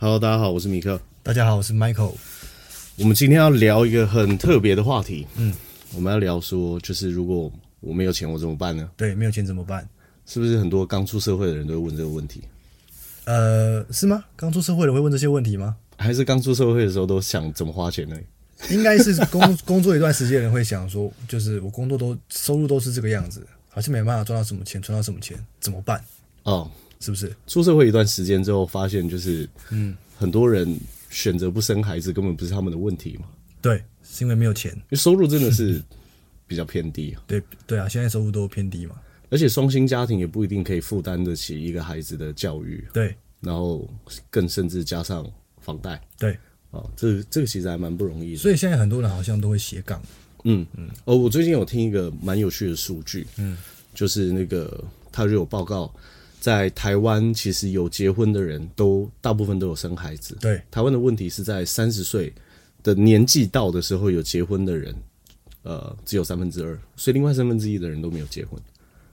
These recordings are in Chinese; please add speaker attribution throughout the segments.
Speaker 1: Hello，大家好，我是米克。
Speaker 2: 大家好，我是 Michael。
Speaker 1: 我们今天要聊一个很特别的话题，嗯，我们要聊说，就是如果我没有钱，我怎么办呢？
Speaker 2: 对，没有钱怎么办？
Speaker 1: 是不是很多刚出社会的人都会问这个问题？
Speaker 2: 呃，是吗？刚出社会的会问这些问题吗？
Speaker 1: 还是刚出社会的时候都想怎么花钱呢？
Speaker 2: 应该 是工工作一段时间的人会想说，就是我工作都收入都是这个样子，好像没办法赚到什么钱，存到什么钱，怎么办？
Speaker 1: 哦，
Speaker 2: 是不是？
Speaker 1: 出社会一段时间之后，发现就是，嗯，很多人选择不生孩子，根本不是他们的问题嘛，
Speaker 2: 对，是因为没有钱。
Speaker 1: 因为收入真的 是比较偏低啊，
Speaker 2: 对对啊，现在收入都偏低嘛。
Speaker 1: 而且双薪家庭也不一定可以负担得起一个孩子的教育，
Speaker 2: 对
Speaker 1: 然后更甚至加上房贷
Speaker 2: 对，
Speaker 1: 啊、哦，这这个其实还蛮不容易的。
Speaker 2: 所以现在很多人好像都会斜杠。
Speaker 1: 嗯嗯，哦，我最近有听一个蛮有趣的数据，嗯，就是那个他就有报告，在台湾其实有结婚的人都大部分都有生孩子，
Speaker 2: 对
Speaker 1: 台湾的问题是在三十岁的年纪到的时候有结婚的人，呃，只有三分之二，所以另外三分之一的人都没有结婚。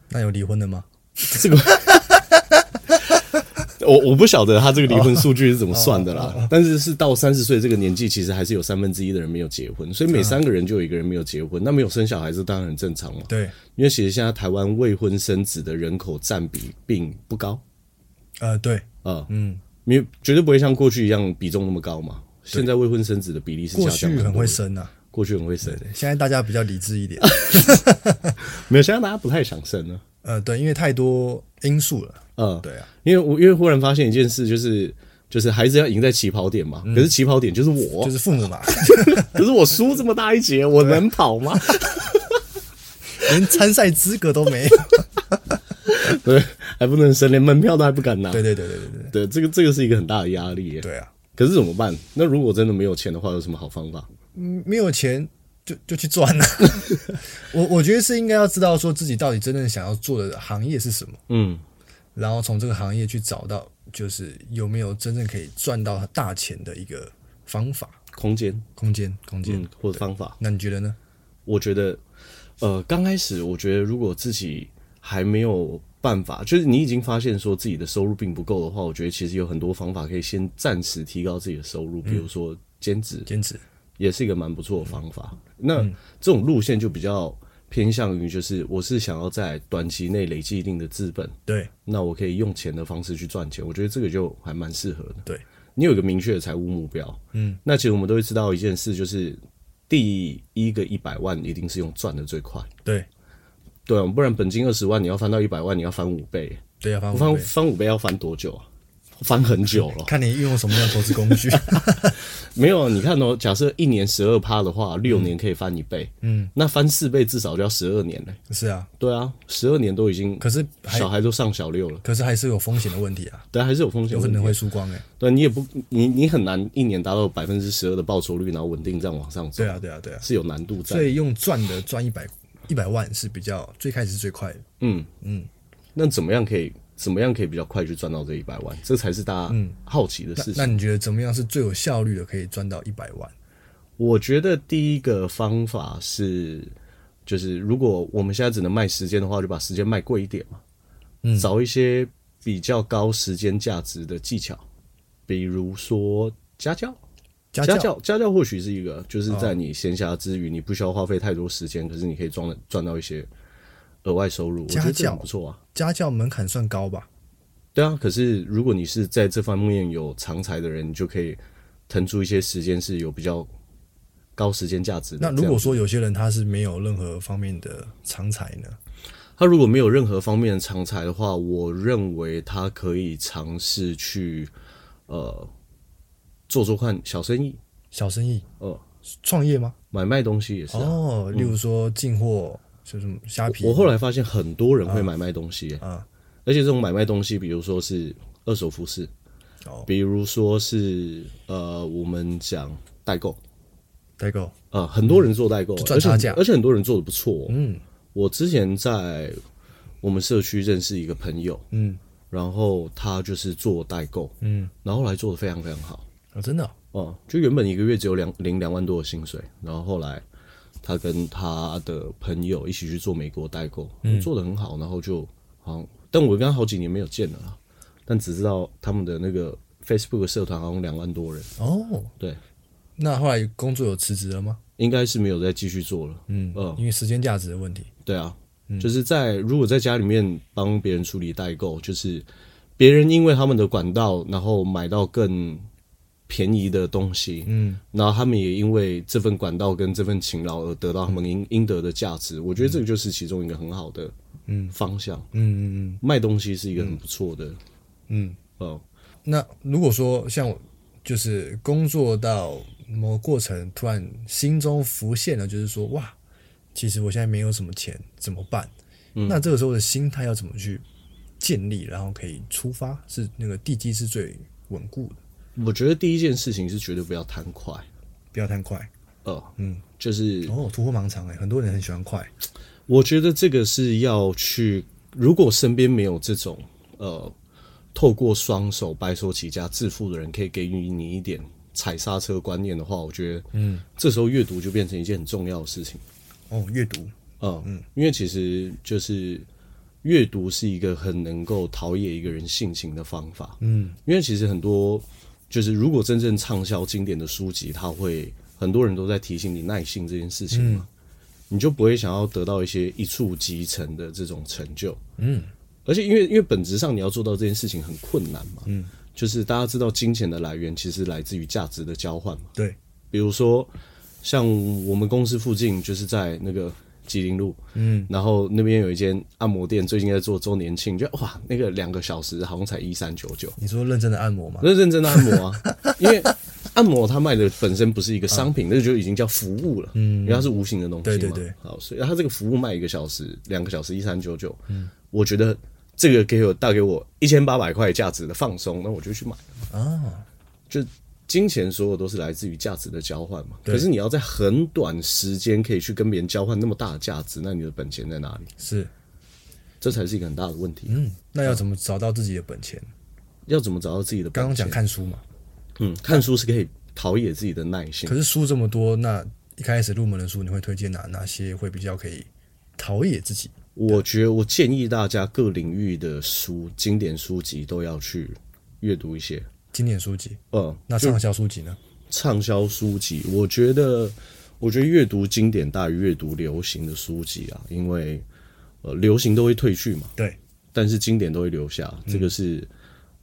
Speaker 2: 那有离婚的吗？
Speaker 1: 这个 我我不晓得他这个离婚数据是怎么算的
Speaker 2: 哦
Speaker 1: 啦，但是是到三十岁这个年纪，其实还是有三分之一的人没有结婚，所以
Speaker 2: 嗯
Speaker 1: 每三个人就有一个人没有结婚，那没有生小孩这当然很正常嘛。
Speaker 2: 对，
Speaker 1: 因为其实现在台湾未婚生子的人口占比并不高
Speaker 2: 呃，对，
Speaker 1: 啊，嗯，没有绝对不会像过去一样比重那么高嘛。现在未婚生子的比例是
Speaker 2: 过
Speaker 1: 下降
Speaker 2: 去
Speaker 1: 多的
Speaker 2: 很会，生啊，
Speaker 1: 过去很会生，
Speaker 2: 现在大家比较理智一点。
Speaker 1: 没有现在大家不太想生了，
Speaker 2: 呃，对，因为太多因素了。
Speaker 1: 嗯，
Speaker 2: 对啊，
Speaker 1: 因为我因为忽然发现一件事，就是就是孩子要赢在起跑点嘛，可是起跑点就是我，
Speaker 2: 嗯就是父母嘛，
Speaker 1: 可是我输这么大一截，我能跑 吗？
Speaker 2: 连参赛资格都没有。
Speaker 1: 对，还不能生，连门票都还不敢拿。
Speaker 2: 对对对对对对
Speaker 1: 对这个这个是一个很大的压力耶。
Speaker 2: 对啊！
Speaker 1: 可是怎么办？那如果真的没有钱的话，有什么好方法？
Speaker 2: 嗯没有钱就就去赚啊！ 我我觉得是应该要知道说自己到底真正想要做的行业是什么，
Speaker 1: 嗯，
Speaker 2: 然后从这个行业去找到就是有没有真正可以赚到大钱的一个方法、
Speaker 1: 空间，
Speaker 2: 空间、空间。
Speaker 1: 嗯，或者方法，
Speaker 2: 那你觉得呢？
Speaker 1: 我觉得，呃，刚开始我觉得如果自己还没有办法，就是你已经发现说自己的收入并不够的话，我觉得其实有很多方法可以先暂时提高自己的收入，比如说兼职，
Speaker 2: 坚持
Speaker 1: 也是一个蛮不错的方法。那这种路线就比较偏向于，就是我是想要在短期内累积一定的资本，
Speaker 2: 对
Speaker 1: 那我可以用钱的方式去赚钱，我觉得这个就还蛮适合的。
Speaker 2: 对，
Speaker 1: 你有一个明确的财务目标，嗯，那其实我们都会知道一件事，就是第一个一百万一定是用赚的最快，
Speaker 2: 对
Speaker 1: 对啊，不然本金二十万你要翻到一百万，你要翻五倍，
Speaker 2: 对啊，方
Speaker 1: 翻
Speaker 2: 法
Speaker 1: 翻五倍要翻多久啊？翻很久了，
Speaker 2: 看你运用什么样的投资工具。
Speaker 1: 没有，你看哦，假设一年十二趴的话，六年可以翻一倍，嗯，那翻四倍至少就要十二年嘞。
Speaker 2: 是啊，
Speaker 1: 对啊，十二年都已经，
Speaker 2: 可是还
Speaker 1: 小孩都上小六了，
Speaker 2: 可是还是有风险的问题啊，
Speaker 1: 对，还是有风险
Speaker 2: 有可
Speaker 1: 问题
Speaker 2: 能会输光哎、
Speaker 1: 对啊你也不，你你很难一年达到百分之十二的报酬率，然后稳定这样往上走，
Speaker 2: 对啊，对啊，对啊。
Speaker 1: 是有难度在
Speaker 2: 所。以用赚的赚一百一百万是比较最开始是最快的，
Speaker 1: 那怎么样可以，怎么样可以比较快去赚到这一百万？这才是大家好奇的事情。
Speaker 2: 嗯那你觉得怎么样是最有效率的可以赚到一百万？
Speaker 1: 我觉得第一个方法是，就是如果我们现在只能卖时间的话，就把时间卖贵一点嘛，嗯，找一些比较高时间价值的技巧，比如说家教。
Speaker 2: 家
Speaker 1: 家
Speaker 2: 教哦
Speaker 1: 教家教或许是一个，就是在你闲暇之余，你不需要花费太多时间，可是你可以赚赚到一些额外收入，我觉得
Speaker 2: 家
Speaker 1: 这个
Speaker 2: 教
Speaker 1: 很不错啊。
Speaker 2: 家教门槛算高吧？
Speaker 1: 对啊，可是如果你是在这方面有长才的人，你就可以腾出一些时间，是有比较高时间价值的这样。
Speaker 2: 那如果说有些人他是没有任何方面的长才呢？
Speaker 1: 他如果没有任何方面的长才的话，我认为他可以尝试去呃做做看小生意，
Speaker 2: 小生意
Speaker 1: 呃，
Speaker 2: 创业吗？
Speaker 1: 买卖东西也是啊。
Speaker 2: 哦，例如说进货，是什么虾皮？
Speaker 1: 我后来发现很多人会买卖东西、
Speaker 2: 啊
Speaker 1: 而且这种买卖东西，比如说是二手服饰，
Speaker 2: 哦
Speaker 1: 比如说是呃，我们讲代购，
Speaker 2: 代购，
Speaker 1: 啊，很多人做代购，
Speaker 2: 嗯就
Speaker 1: 而
Speaker 2: 赚
Speaker 1: 且
Speaker 2: 差价
Speaker 1: 而且很多人做的不错哦、
Speaker 2: 嗯
Speaker 1: 我之前在我们社区认识一个朋友，
Speaker 2: 嗯
Speaker 1: 然后他就是做代购，
Speaker 2: 嗯，
Speaker 1: 然后后来做的非常非常好。
Speaker 2: 啊，真的哦
Speaker 1: 哦、就原本一个月只有两领两万多的薪水，然后后来他跟他的朋友一起去做美国代购，做的很好，然后就好像，但我跟他好几年没有见了啦，但只知道他们的那个 Facebook 社团好像两万多人，
Speaker 2: 哦。
Speaker 1: 对，
Speaker 2: 那后来工作有辞职了吗？
Speaker 1: 应该是没有再继续做了，
Speaker 2: 嗯
Speaker 1: 嗯，
Speaker 2: 因为时间价值的问题。
Speaker 1: 对啊，
Speaker 2: 嗯
Speaker 1: 就是在如果在家里面帮别人处理代购，就是别人因为他们的管道，然后买到更便宜的东西，
Speaker 2: 嗯，
Speaker 1: 然后他们也因为这份管道跟这份勤劳而得到他们应应得的价值。我觉得这个就是其中一个很好的嗯方向。
Speaker 2: 嗯嗯
Speaker 1: 卖东西是一个很不错的
Speaker 2: 嗯
Speaker 1: 哦，
Speaker 2: 嗯。那如果说像我，就是工作到某个过程，突然心中浮现了，就是说哇，其实我现在没有什么钱，怎么办？那这个时候的心态要怎么去建立，然后可以出发，是那个地基是最稳固的，
Speaker 1: 我觉得第一件事情是绝对不要贪快。
Speaker 2: 不要贪快。
Speaker 1: 呃，嗯，就是
Speaker 2: 哦，突破盲肠哎、很多人很喜欢快，
Speaker 1: 我觉得这个是要去，如果身边没有这种呃，透过双手白手起家致富的人，可以给予你一点踩刹车观念的话，我觉得，嗯，这时候阅读就变成一件很重要的事情。
Speaker 2: 哦，阅读，
Speaker 1: 嗯，因为其实就是阅读是一个很能够陶冶一个人性情的方法。嗯，因为其实很多就是如果真正畅销经典的书籍，它会很多人都在提醒你耐性这件事情嘛，你就不会想要得到一些一触即成的这种成就。嗯，而且因为因为本质上你要做到这件事情很困难嘛。嗯，就是大家知道金钱的来源其实来自于价值的交换嘛。
Speaker 2: 对，
Speaker 1: 比如说像我们公司附近就是在那个吉林路，嗯，然后那边有一间按摩店，最近在做周年庆，就哇，那个两个小时好像才一三九九，
Speaker 2: 你说认真的按摩吗？
Speaker 1: 那认真的按摩 啊，因为按摩它卖的本身不是一个商品，那就已经叫服务了，嗯，因为它是无形的东西嘛，
Speaker 2: 嗯对对对，
Speaker 1: 好，所以它这个服务卖一个小时，两个小时一三九九，嗯，我觉得这个给我带给我一千八百块价值的放松，那我就去买。
Speaker 2: 啊，
Speaker 1: 就金钱所有都是来自于价值的交换嘛。可是你要在很短时间可以去跟别人交换那么大的价值，那你的本钱在哪里？
Speaker 2: 是，
Speaker 1: 这才是一个很大的问题。
Speaker 2: 嗯，那要怎么找到自己的本钱？
Speaker 1: 要怎么找到自己的本
Speaker 2: 刚刚
Speaker 1: 钱
Speaker 2: 讲，看书嘛，
Speaker 1: 嗯，看书是可以陶冶自己的耐性
Speaker 2: 可。是书这么多，那一开始入门的书，你会推荐哪哪些会比较可以陶冶自己？
Speaker 1: 我觉得我建议大家各领域的书、经典书籍都要去阅读一些。
Speaker 2: 经典书籍，
Speaker 1: 嗯，
Speaker 2: 那畅销书籍呢？
Speaker 1: 畅销书籍，我觉得，我觉得阅读经典大于阅读流行的书籍啊，因为呃，流行都会退去嘛。
Speaker 2: 对，
Speaker 1: 但是经典都会留下，这个是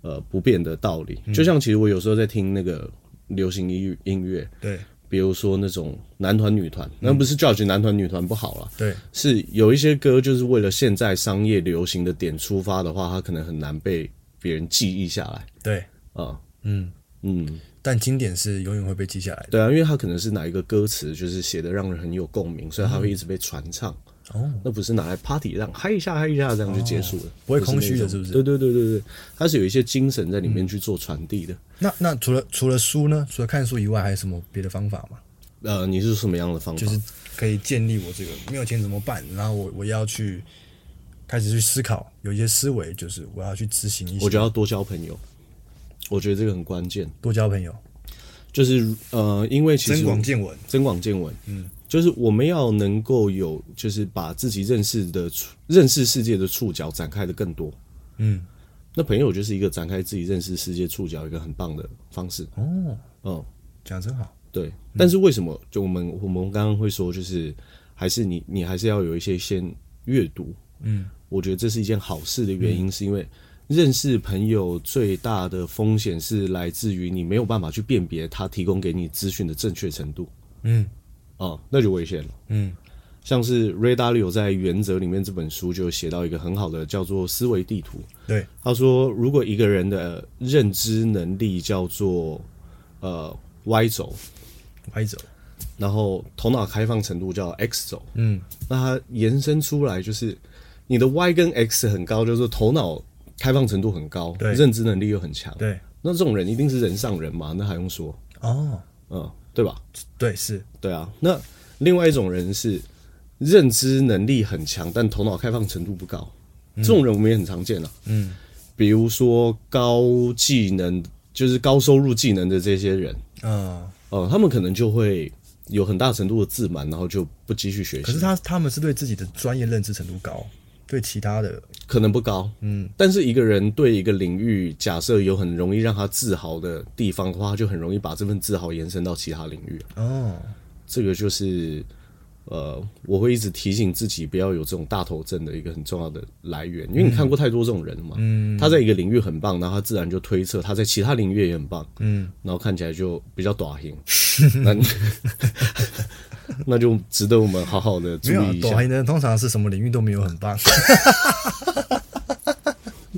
Speaker 1: 呃不变的道理。就像其实我有时候在听那个流行音音乐，
Speaker 2: 对，
Speaker 1: 比如说那种男团女团，那不是 judge 男团女团不好啦，啊
Speaker 2: 对，
Speaker 1: 是有一些歌就是为了现在商业流行的点出发的话，它可能很难被别人记忆下来
Speaker 2: 对，
Speaker 1: 啊。
Speaker 2: 嗯，
Speaker 1: 嗯，
Speaker 2: 但经典是永远会被记下来的。
Speaker 1: 对啊，因为它可能是哪一个歌词就是写的让人很有共鸣，所以它会一直被传唱。
Speaker 2: 哦，
Speaker 1: 那不是拿来 party 让嗨一下嗨一下这样就结束了，
Speaker 2: 不会空虚的
Speaker 1: 那种
Speaker 2: 是不是
Speaker 1: 对对对对对，它是有一些精神在里面去做传递的。
Speaker 2: 那那除了除了书呢？除了看书以外，还有什么别的方法吗？
Speaker 1: 呃，你是什么样的方法？
Speaker 2: 就是可以建立我这个没有钱怎么办？然后我我要去开始去思考，有一些思维，就是我要去执行一些。
Speaker 1: 我觉得要多交朋友，我觉得这个很关键。
Speaker 2: 多交朋友，
Speaker 1: 就是呃，因为其实
Speaker 2: 增广见闻。
Speaker 1: 增广见闻，嗯，就是我们要能够有，就是把自己认识的触认识世界的触角展开的更多。
Speaker 2: 嗯，
Speaker 1: 那朋友就是一个展开自己认识世界触角一个很棒的方式。
Speaker 2: 哦，
Speaker 1: 嗯，
Speaker 2: 讲得真好。
Speaker 1: 对，
Speaker 2: 嗯
Speaker 1: 但是为什么就我们我们刚刚会说，就是还是你你还是要有一些先阅读，
Speaker 2: 嗯，
Speaker 1: 我觉得这是一件好事的原因，是因为认识朋友最大的风险是来自于你没有办法去辨别他提供给你资讯的正确程度。
Speaker 2: 嗯，
Speaker 1: 哦，那就危险了。
Speaker 2: 嗯，
Speaker 1: 像是 Ray Dalio 在《原则》里面这本书就写到一个很好的叫做思维地图。
Speaker 2: 对，
Speaker 1: 他说，如果一个人的认知能力叫做呃 Y 轴，
Speaker 2: 歪走，
Speaker 1: 然后头脑开放程度叫 X 轴，
Speaker 2: 嗯，
Speaker 1: 那它延伸出来就是你的 Y 跟 X 很高，就是头脑开放程度很高，
Speaker 2: 对
Speaker 1: 认知能力又很强。
Speaker 2: 对，
Speaker 1: 那这种人一定是人上人嘛？那还用说？
Speaker 2: 哦，
Speaker 1: 嗯，对吧？
Speaker 2: 对，是，
Speaker 1: 对啊。那另外一种人是认知能力很强，但头脑开放程度不高，这种人我们也很常见啊。
Speaker 2: 嗯，
Speaker 1: 比如说高技能，就是高收入技能的这些人，
Speaker 2: 嗯，
Speaker 1: 呃，他们可能就会有很大程度的自满，然后就不继续学
Speaker 2: 可是
Speaker 1: 习，
Speaker 2: 他他们是对自己的专业认知程度高，对其他的，
Speaker 1: 可能不高。
Speaker 2: 嗯，
Speaker 1: 但是一个人对一个领域，假设有很容易让他自豪的地方的话，他就很容易把这份自豪延伸到其他领域啊。
Speaker 2: 哦，
Speaker 1: 这个就是呃，我会一直提醒自己不要有这种大头症的一个很重要的来源，因为你
Speaker 2: 嗯
Speaker 1: 看过太多这种人了嘛。嗯，他在一个领域很棒，然后他自然就推测他在其他领域也很棒，
Speaker 2: 嗯，
Speaker 1: 然后看起来就比较短行， 那那就值得我们好好的注
Speaker 2: 没有啊
Speaker 1: 意一，
Speaker 2: 抖
Speaker 1: 下。
Speaker 2: 音人通常是什么领域都没有 很棒，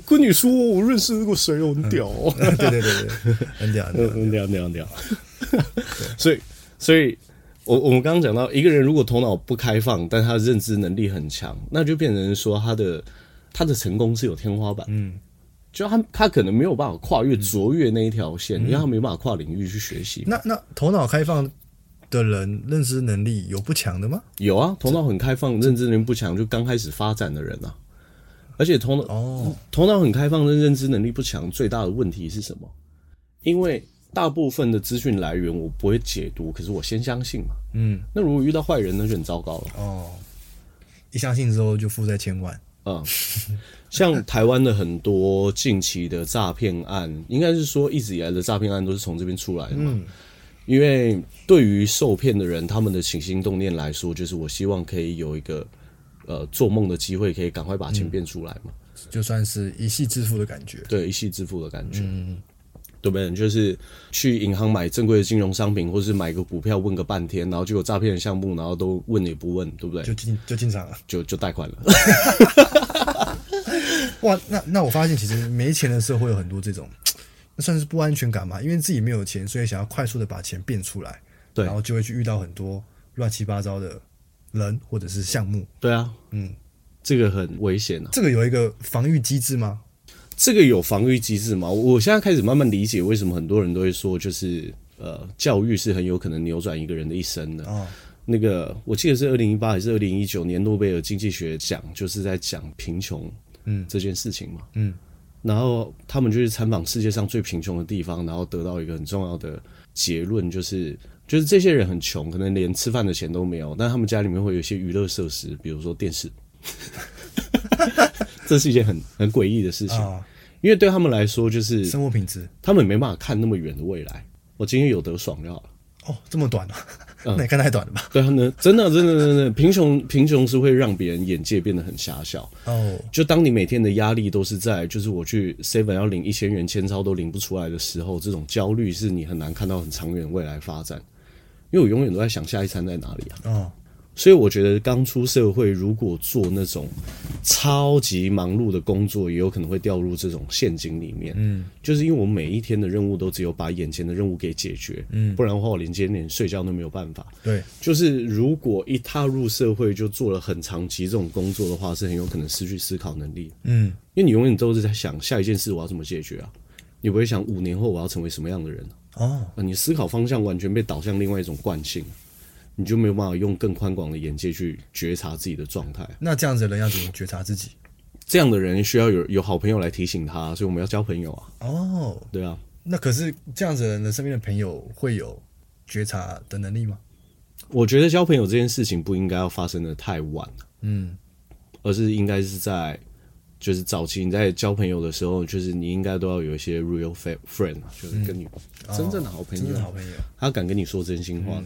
Speaker 1: 跟你说，我认识过谁哦，很屌、哦。
Speaker 2: 对对对对，很屌，很屌
Speaker 1: 嗯，聊聊聊。所以，所以我我们刚刚讲到，一个人如果头脑不开放，但他的认知能力很强，那就变成说他的他的成功是有天花板。嗯，就他他可能没有办法跨越、卓越那一条线，因为他没办法跨领域去学习。
Speaker 2: 那那头脑开放的人认知能力有不强的吗？
Speaker 1: 有啊，头脑很开放，认知能力不强，就刚开始发展的人啊。而且头脑、
Speaker 2: 哦，
Speaker 1: 头脑很开放，但认知能力不强，最大的问题是什么？因为大部分的资讯来源我不会解读，可是我先相信嘛。
Speaker 2: 嗯，
Speaker 1: 那如果遇到坏人，那就很糟糕了。
Speaker 2: 哦，一相信之后就负债千万，
Speaker 1: 嗯，像台湾的很多近期的诈骗案，应该是说一直以来的诈骗案都是从这边出来的嘛。因为对于受骗的人，他们的起心动念来说，就是我希望可以有一个呃做梦的机会，可以赶快把钱变出来嘛。
Speaker 2: 就算是一夕致富的感觉。
Speaker 1: 对，一夕致富的感觉。
Speaker 2: 嗯
Speaker 1: 对不对？就是去银行买正规的金融商品，或是买个股票，问个半天，然后结果诈骗的项目，然后都问也不问，对不
Speaker 2: 就
Speaker 1: 对？
Speaker 2: 进就进场了
Speaker 1: 就就贷 款了。
Speaker 2: 哇！那那我发现其实没钱的时候会有很多这种，那算是不安全感嘛，因为自己没有钱，所以想要快速的把钱变出来，
Speaker 1: 对
Speaker 2: 然后就会去遇到很多乱七八糟的人或者是项目。
Speaker 1: 对啊，
Speaker 2: 嗯，
Speaker 1: 这个很危险啊。
Speaker 2: 这个有一个防御机制吗？
Speaker 1: 这个有防御机制吗？我现在开始慢慢理解为什么很多人都会说，就是呃，教育是很有可能扭转一个人的一生的。
Speaker 2: 哦，
Speaker 1: 那个我记得是二零一八还是二零一九年诺贝尔经济学奖，就是在讲贫穷
Speaker 2: 嗯
Speaker 1: 这件事情嘛。
Speaker 2: 嗯，
Speaker 1: 然后他们就去参访世界上最贫穷的地方，然后得到一个很重要的结论，就是就是这些人很穷，可能连吃饭的钱都没有，但他们家里面会有一些娱乐设施，比如说电视。 这是一件很很诡异的事情，
Speaker 2: 啊，
Speaker 1: 因为对他们来说，就是
Speaker 2: 生活品质
Speaker 1: 他们没办法看那么远的未来。我今天有得爽就好了。
Speaker 2: 哦，这么短啊，
Speaker 1: 嗯
Speaker 2: 那也看太短了吧？
Speaker 1: 对他们真的真的真的贫穷贫穷是会让别人眼界变得很狭小。
Speaker 2: 哦，
Speaker 1: 就当你每天的压力都是在，就是我去 seven 要领一千元千钞都领不出来的时候，这种焦虑是你很难看到很长远未来发展，因为我永远都在想下一餐在哪里啊。
Speaker 2: 哦，
Speaker 1: 所以我觉得刚出社会，如果做那种超级忙碌的工作，也有可能会掉入这种陷阱里面。嗯，就是因为我每一天的任务都只有把眼前的任务给解决，嗯，不然的话我连今天连睡觉都没有办法。
Speaker 2: 对，
Speaker 1: 就是如果一踏入社会就做了很长期这种工作的话，是很有可能失去思考能力，
Speaker 2: 嗯，
Speaker 1: 因为你永远都是在想下一件事我要怎么解决啊，你不会想五年后我要成为什么样的人啊、
Speaker 2: 哦，
Speaker 1: 啊，你思考方向完全被导向另外一种惯性，你就没有办法用更宽广的眼界去觉察自己的状态。
Speaker 2: 那这样子的人要怎么觉察自己？
Speaker 1: 这样的人需要有有好朋友来提醒他，所以我们要交朋友啊，
Speaker 2: 哦，
Speaker 1: 对啊，
Speaker 2: 那可是这样子的人的身边的朋友会有觉察的能力吗？
Speaker 1: 我觉得交朋友这件事情不应该要发生的太晚，啊
Speaker 2: 嗯，
Speaker 1: 而是应该是在就是早期你在交朋友的时候，就是你应该都要有一些 real fa- friend，啊就是跟你真正的好朋
Speaker 2: 嗯真
Speaker 1: 友，
Speaker 2: 的好朋友。嗯
Speaker 1: 他敢跟你说真心话的。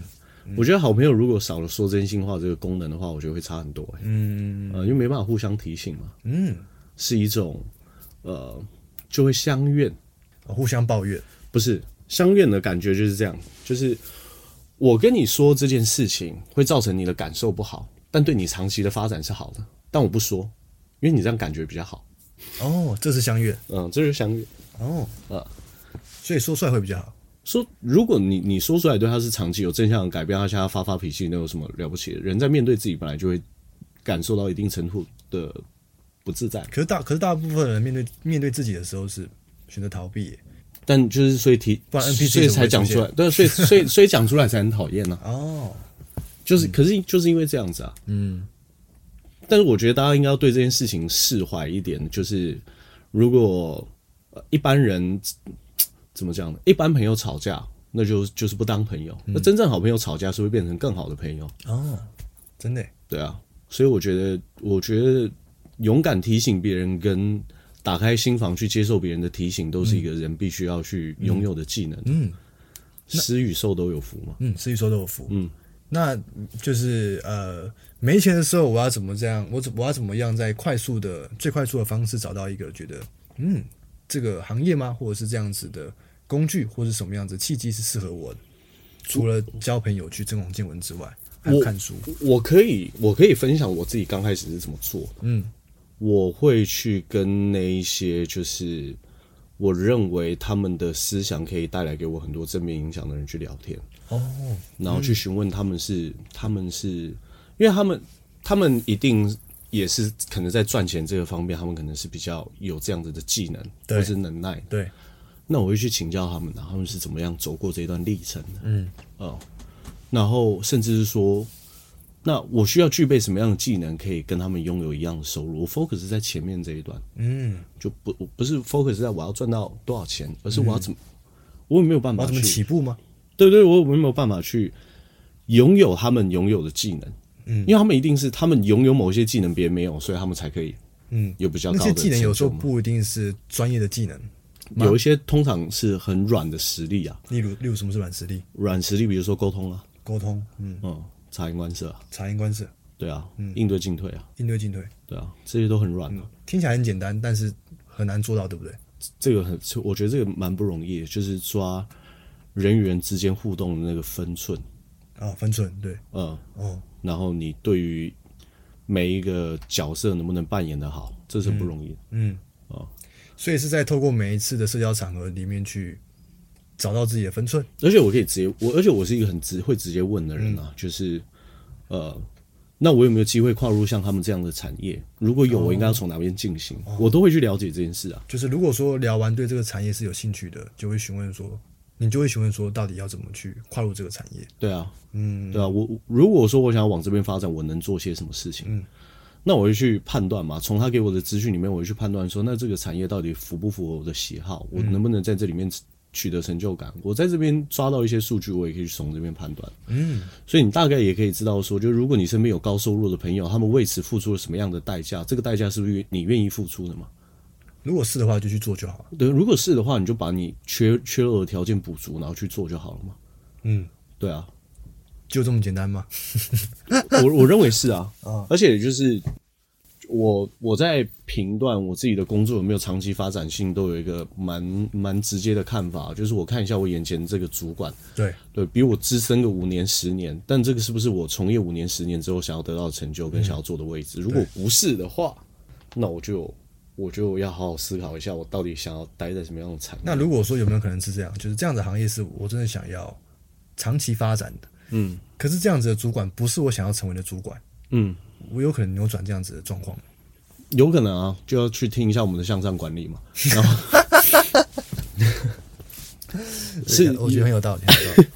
Speaker 1: 我觉得好朋友如果少了说真心话这个功能的话，我觉得会差很多、欸。
Speaker 2: 嗯
Speaker 1: 呃，因为没办法互相提醒嘛，
Speaker 2: 嗯，
Speaker 1: 是一种呃，就会相怨，
Speaker 2: 互相抱怨。
Speaker 1: 不是相怨的感觉就是这样，就是我跟你说这件事情会造成你的感受不好，但对你长期的发展是好的，但我不说，因为你这样感觉比较好。
Speaker 2: 哦，这是相约
Speaker 1: 嗯，这就是相约。
Speaker 2: 哦，
Speaker 1: 啊，
Speaker 2: 所以说出来会比较好。
Speaker 1: 说如果你你说出来对他是长期有正向的改变，他现在发发脾气，那有什么了不起的？人在面对自己本来就会感受到一定程度的不自在，
Speaker 2: 可是大可是大部分人面对面对自己的时候是选择逃避耶，
Speaker 1: 但就是所以提，
Speaker 2: 不然 NPC
Speaker 1: 所以才讲出来，对，所以所以所以讲出来才很讨厌呢、啊
Speaker 2: 哦，
Speaker 1: 就是，可是就是因为这样子啊，嗯。但是我觉得大家应该要对这件事情释怀一点，就是如果呃一般人怎么讲呢？一般朋友吵架，那就就是不当朋友。
Speaker 2: 嗯
Speaker 1: 那真正好朋友吵架是会变成更好的朋友，
Speaker 2: 哦真的耶，
Speaker 1: 对啊。所以我觉得，我觉得勇敢提醒别人跟打开心房去接受别人的提醒，都是一个人必须要去拥有的技能。啊
Speaker 2: 嗯，
Speaker 1: 施与受都有福嘛。
Speaker 2: 嗯，是一说豆腐，嗯，那就是呃，没钱的时候我要怎么这样？我怎我要怎么样在快速的最快速的方式找到一个觉得嗯这个行业吗，或者是这样子的工具，或者是什么样子契机是适合我的？除了交朋友、去增广见闻之外，还有
Speaker 1: 我
Speaker 2: 看书。
Speaker 1: 我可以，我可以分享我自己刚开始是怎么做的。
Speaker 2: 嗯，
Speaker 1: 我会去跟那一些就是我认为他们的思想可以带来给我很多正面影响的人去聊天，
Speaker 2: 哦，
Speaker 1: 然后去询问他们是、他们是，因为他们他们一定也是可能在赚钱这个方面，他们可能是比较有这样子的技能
Speaker 2: 对
Speaker 1: 或是能耐的。
Speaker 2: 对，
Speaker 1: 那我会去请教他们，然后他们是怎么样走过这段历程的。嗯，哦、然后甚至是说，那我需要具备什么样的技能，可以跟他们拥有一样的收入？我 focus 在前面这一段，
Speaker 2: 嗯，
Speaker 1: 就不我不是 focus 在我要赚到多少钱，而是我要怎么，我有没有办
Speaker 2: 嗯我
Speaker 1: 法
Speaker 2: 要怎么
Speaker 1: 去
Speaker 2: 起步吗？
Speaker 1: 对对，我有没有办法去拥有他们拥有的技能？嗯，因为他们一定是他们拥有某些技能，别人没有，所以他们才可以
Speaker 2: 嗯，
Speaker 1: 有比较
Speaker 2: 那
Speaker 1: 高的
Speaker 2: 些技能有时候
Speaker 1: 成就嘛
Speaker 2: 不一定是专业的技能，
Speaker 1: 有一些通常是很软的实力啊，
Speaker 2: 例如例如什么是软实力、
Speaker 1: 软实力比如说沟通啊，
Speaker 2: 沟通，嗯，
Speaker 1: 嗯，察言观色啊，
Speaker 2: 察言观色、
Speaker 1: 对啊，应对进退啊，
Speaker 2: 应对进退，
Speaker 1: 对啊，这些都很软啊。
Speaker 2: 听起来很简单，但是很难做到，对不对？
Speaker 1: 这个很，我觉得这个蛮不容易的，就是抓人与人之间互动的那个分寸，
Speaker 2: 啊，分寸，对，
Speaker 1: 嗯，
Speaker 2: 哦，
Speaker 1: 然后你对于每一个角色能不能扮演的好，这是很不容易的。
Speaker 2: 嗯，
Speaker 1: 哦，
Speaker 2: 所以是在透过每一次的社交场合里面去找到自己的分寸。
Speaker 1: 而且我可以直接，我而且我是一个很直会直接问的人啊，就是呃，那我有没有机会跨入像他们这样的产业？如果有，我应该要从哪边进行？我都会去了解这件事啊。
Speaker 2: 就是如果说聊完对这个产业是有兴趣的，就会询问说，你就会询问说，到底要怎么去跨入这个产业？
Speaker 1: 对啊，嗯，对啊，我我如果说我想要往这边发展，我能做些什么事情？嗯，那我就去判断嘛，从他给我的资讯里面，我就去判断说，那这个产业到底符不符合我的喜好？我能不能在这里面取得成就感？我在这边抓到一些数据，我也可以从这边判断。嗯，所以你大概也可以知道说，就如果你身边有高收入的朋友，他们为此付出了什么样的代价？这个代价是不是你愿意付出的嘛？
Speaker 2: 如果是的话，就去做就好了。
Speaker 1: 对，如果是的话，你就把你缺缺漏的条件补足，然后去做就好了嘛。
Speaker 2: 嗯，
Speaker 1: 对啊，
Speaker 2: 就这么简单吗？
Speaker 1: 我我认为是啊，而且就是我我在评断我自己的工作有没有长期发展性，都有一个蛮蛮直接的看法，啊就是我看一下我眼前这个主管，
Speaker 2: 对，
Speaker 1: 对比我资深个五年十年，但这个是不是我从业五年十年之后想要得到的成就跟想要做的位置？如果不是的话，那我就我就要好好思考一下，我到底想要待在什么样的产业。
Speaker 2: 那如果说有没有可能是这样，就是这样的行业是我真的想要长期发展的，
Speaker 1: 嗯
Speaker 2: 可是这样子的主管不是我想要成为的主管，
Speaker 1: 嗯，
Speaker 2: 我有可能扭转这样子的状况。
Speaker 1: 有可能啊，就要去听一下我们的向上管理嘛。然后是
Speaker 2: 我觉得很有道理。很 有道理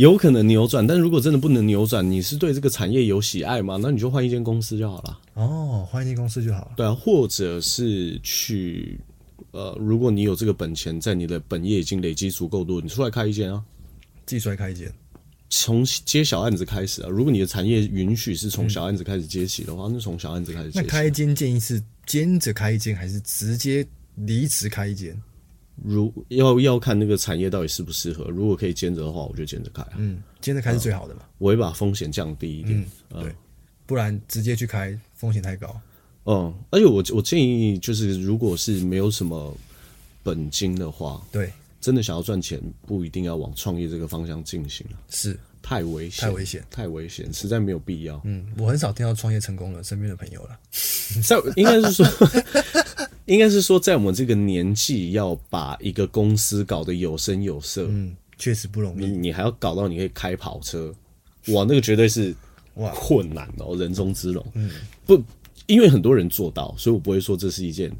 Speaker 1: 有可能扭转，但如果真的不能扭转，你是对这个产业有喜爱吗？那你就换一间公司就好了。
Speaker 2: 哦，换一间公司就好了。
Speaker 1: 对啊，或者是去呃，如果你有这个本钱，在你的本业已经累积足够多，你出来开一间啊，
Speaker 2: 自己出来开一间。
Speaker 1: 从接小案子开始啊。如果你的产业允许是从小案子开始接起的话，那从小案子开始接
Speaker 2: 那
Speaker 1: 起。
Speaker 2: 开一间建议是兼着开一间，还是直接离职开一间？
Speaker 1: 如要要看那个产业到底适不适合，如果可以兼着的话，我就兼着开啊。
Speaker 2: 嗯，兼着开是最好的嘛，
Speaker 1: 我会把风险降低一点。嗯
Speaker 2: 对，不然直接去开风险太高。
Speaker 1: 嗯，而且我我建议就是，如果是没有什么本金的话，
Speaker 2: 对，
Speaker 1: 真的想要赚钱，不一定要往创业这个方向进行了。啊
Speaker 2: 是
Speaker 1: 太危险，
Speaker 2: 太危险，
Speaker 1: 太危险，实在没有必要。
Speaker 2: 嗯，我很少听到创业成功了身边的朋友了。
Speaker 1: 在应该是说， 应该是说，在我们这个年纪，要把一个公司搞得有声有色，
Speaker 2: 嗯，确实不容
Speaker 1: 你
Speaker 2: 易。
Speaker 1: 你还要搞到你可以开跑车，哇，那个绝对是
Speaker 2: 哇
Speaker 1: 困难哦，人中之龙。嗯，不，因为很多人做到，所以我不会说这是一件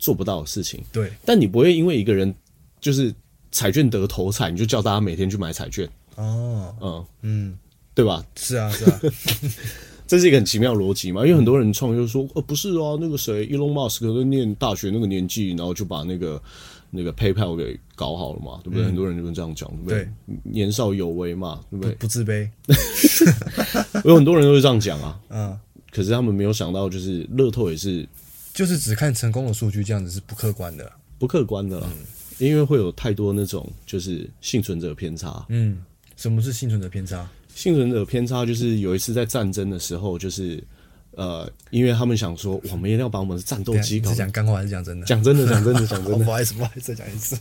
Speaker 1: 做不到的事情。
Speaker 2: 对，
Speaker 1: 但你不会因为一个人就是彩券得头彩，你就叫大家每天去买彩券，
Speaker 2: 哦，
Speaker 1: 嗯嗯，对吧？
Speaker 2: 是 啊，是啊，
Speaker 1: 这是一个很奇妙的逻辑嘛，因为很多人创业就说，呃，不是啊，那个谁，Elon Musk 都念大学那个年纪，然后就把那个那个 PayPal 给搞好了嘛，对不对？很多人就是这样讲，对不对？年少有为嘛，对不对？
Speaker 2: 不自卑。
Speaker 1: 有很多人都是这样讲啊，
Speaker 2: 嗯，
Speaker 1: 可是他们没有想到，就是乐透也是
Speaker 2: 就是只看成功的数据，这样子是不客观的。
Speaker 1: 不客观的啦，因为会有太多那种就是幸存者偏差。
Speaker 2: 嗯，什么是幸存者偏差？
Speaker 1: 幸存者偏差就是有一次在战争的时候，就是呃，因为他们想说，我们一定要把我们的战斗
Speaker 2: 你
Speaker 1: 机搞
Speaker 2: 是。讲干话还是讲真的？
Speaker 1: 讲真的，讲真的，讲
Speaker 2: 哦
Speaker 1: 真的
Speaker 2: 不，好意思，不好意思，再讲一次。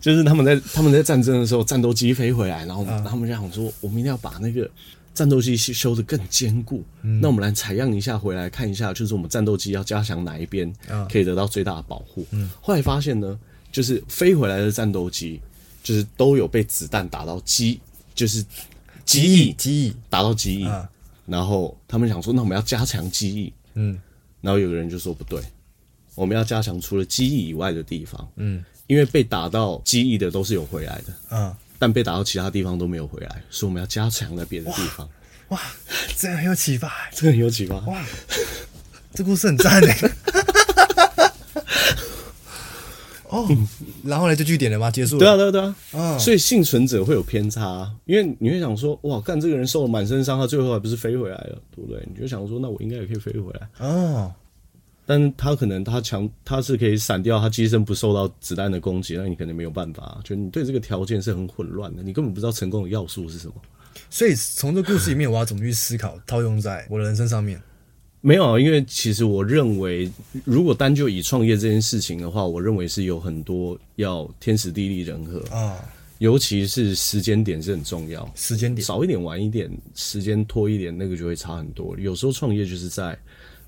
Speaker 1: 就是他们在他们在战争的时候，战斗机飞回来，然后然后他们就想说，我们一定要把那个战斗机修修得更坚固。那我们来采样一下，回来看一下，就是我们战斗机要加强哪一边
Speaker 2: 啊，
Speaker 1: 可以得到最大的保护。后来发现呢，就是飞回来的战斗机，就是都有被子弹打到机，就是机翼
Speaker 2: 记忆，
Speaker 1: 打到机翼。
Speaker 2: 啊
Speaker 1: 然后他们想说，那我们要加强机翼。
Speaker 2: 嗯，
Speaker 1: 然后有个人就说不对，我们要加强除了机翼以外的地方。嗯，因为被打到机翼的都是有回来的，
Speaker 2: 啊，
Speaker 1: 但被打到其他地方都没有回来，所以我们要加强在别的地方。
Speaker 2: 哇，这样很有启发欸，
Speaker 1: 这个很有启发。
Speaker 2: 哇，这故事很赞欸诶。 哦，然后呢就据点了吗？结束
Speaker 1: 嗯
Speaker 2: 了。
Speaker 1: 对啊，对啊，对啊。
Speaker 2: 嗯
Speaker 1: 所以幸存者会有偏差啊，因为你会想说，哇，干这个人受了满身伤，他最后还不是飞回来了，对不对？你就想说，那我应该也可以飞回来，
Speaker 2: 哦，
Speaker 1: 但是他可能他强，他是可以闪掉，他机身不受到子弹的攻击，那你可能没有办法啊、就你对这个条件是很混乱的，你根本不知道成功的要素是什么。
Speaker 2: 所以从这故事里面，我要怎么去思考套用在我的人生上面？
Speaker 1: 没有啊，因为其实我认为，如果单就以创业这件事情的话，我认为是有很多要天时地利人和，
Speaker 2: 啊，
Speaker 1: 尤其是时间点是很重要。
Speaker 2: 时间点
Speaker 1: 早一点、晚一点，时间拖一点，那个就会差很多。有时候创业就是在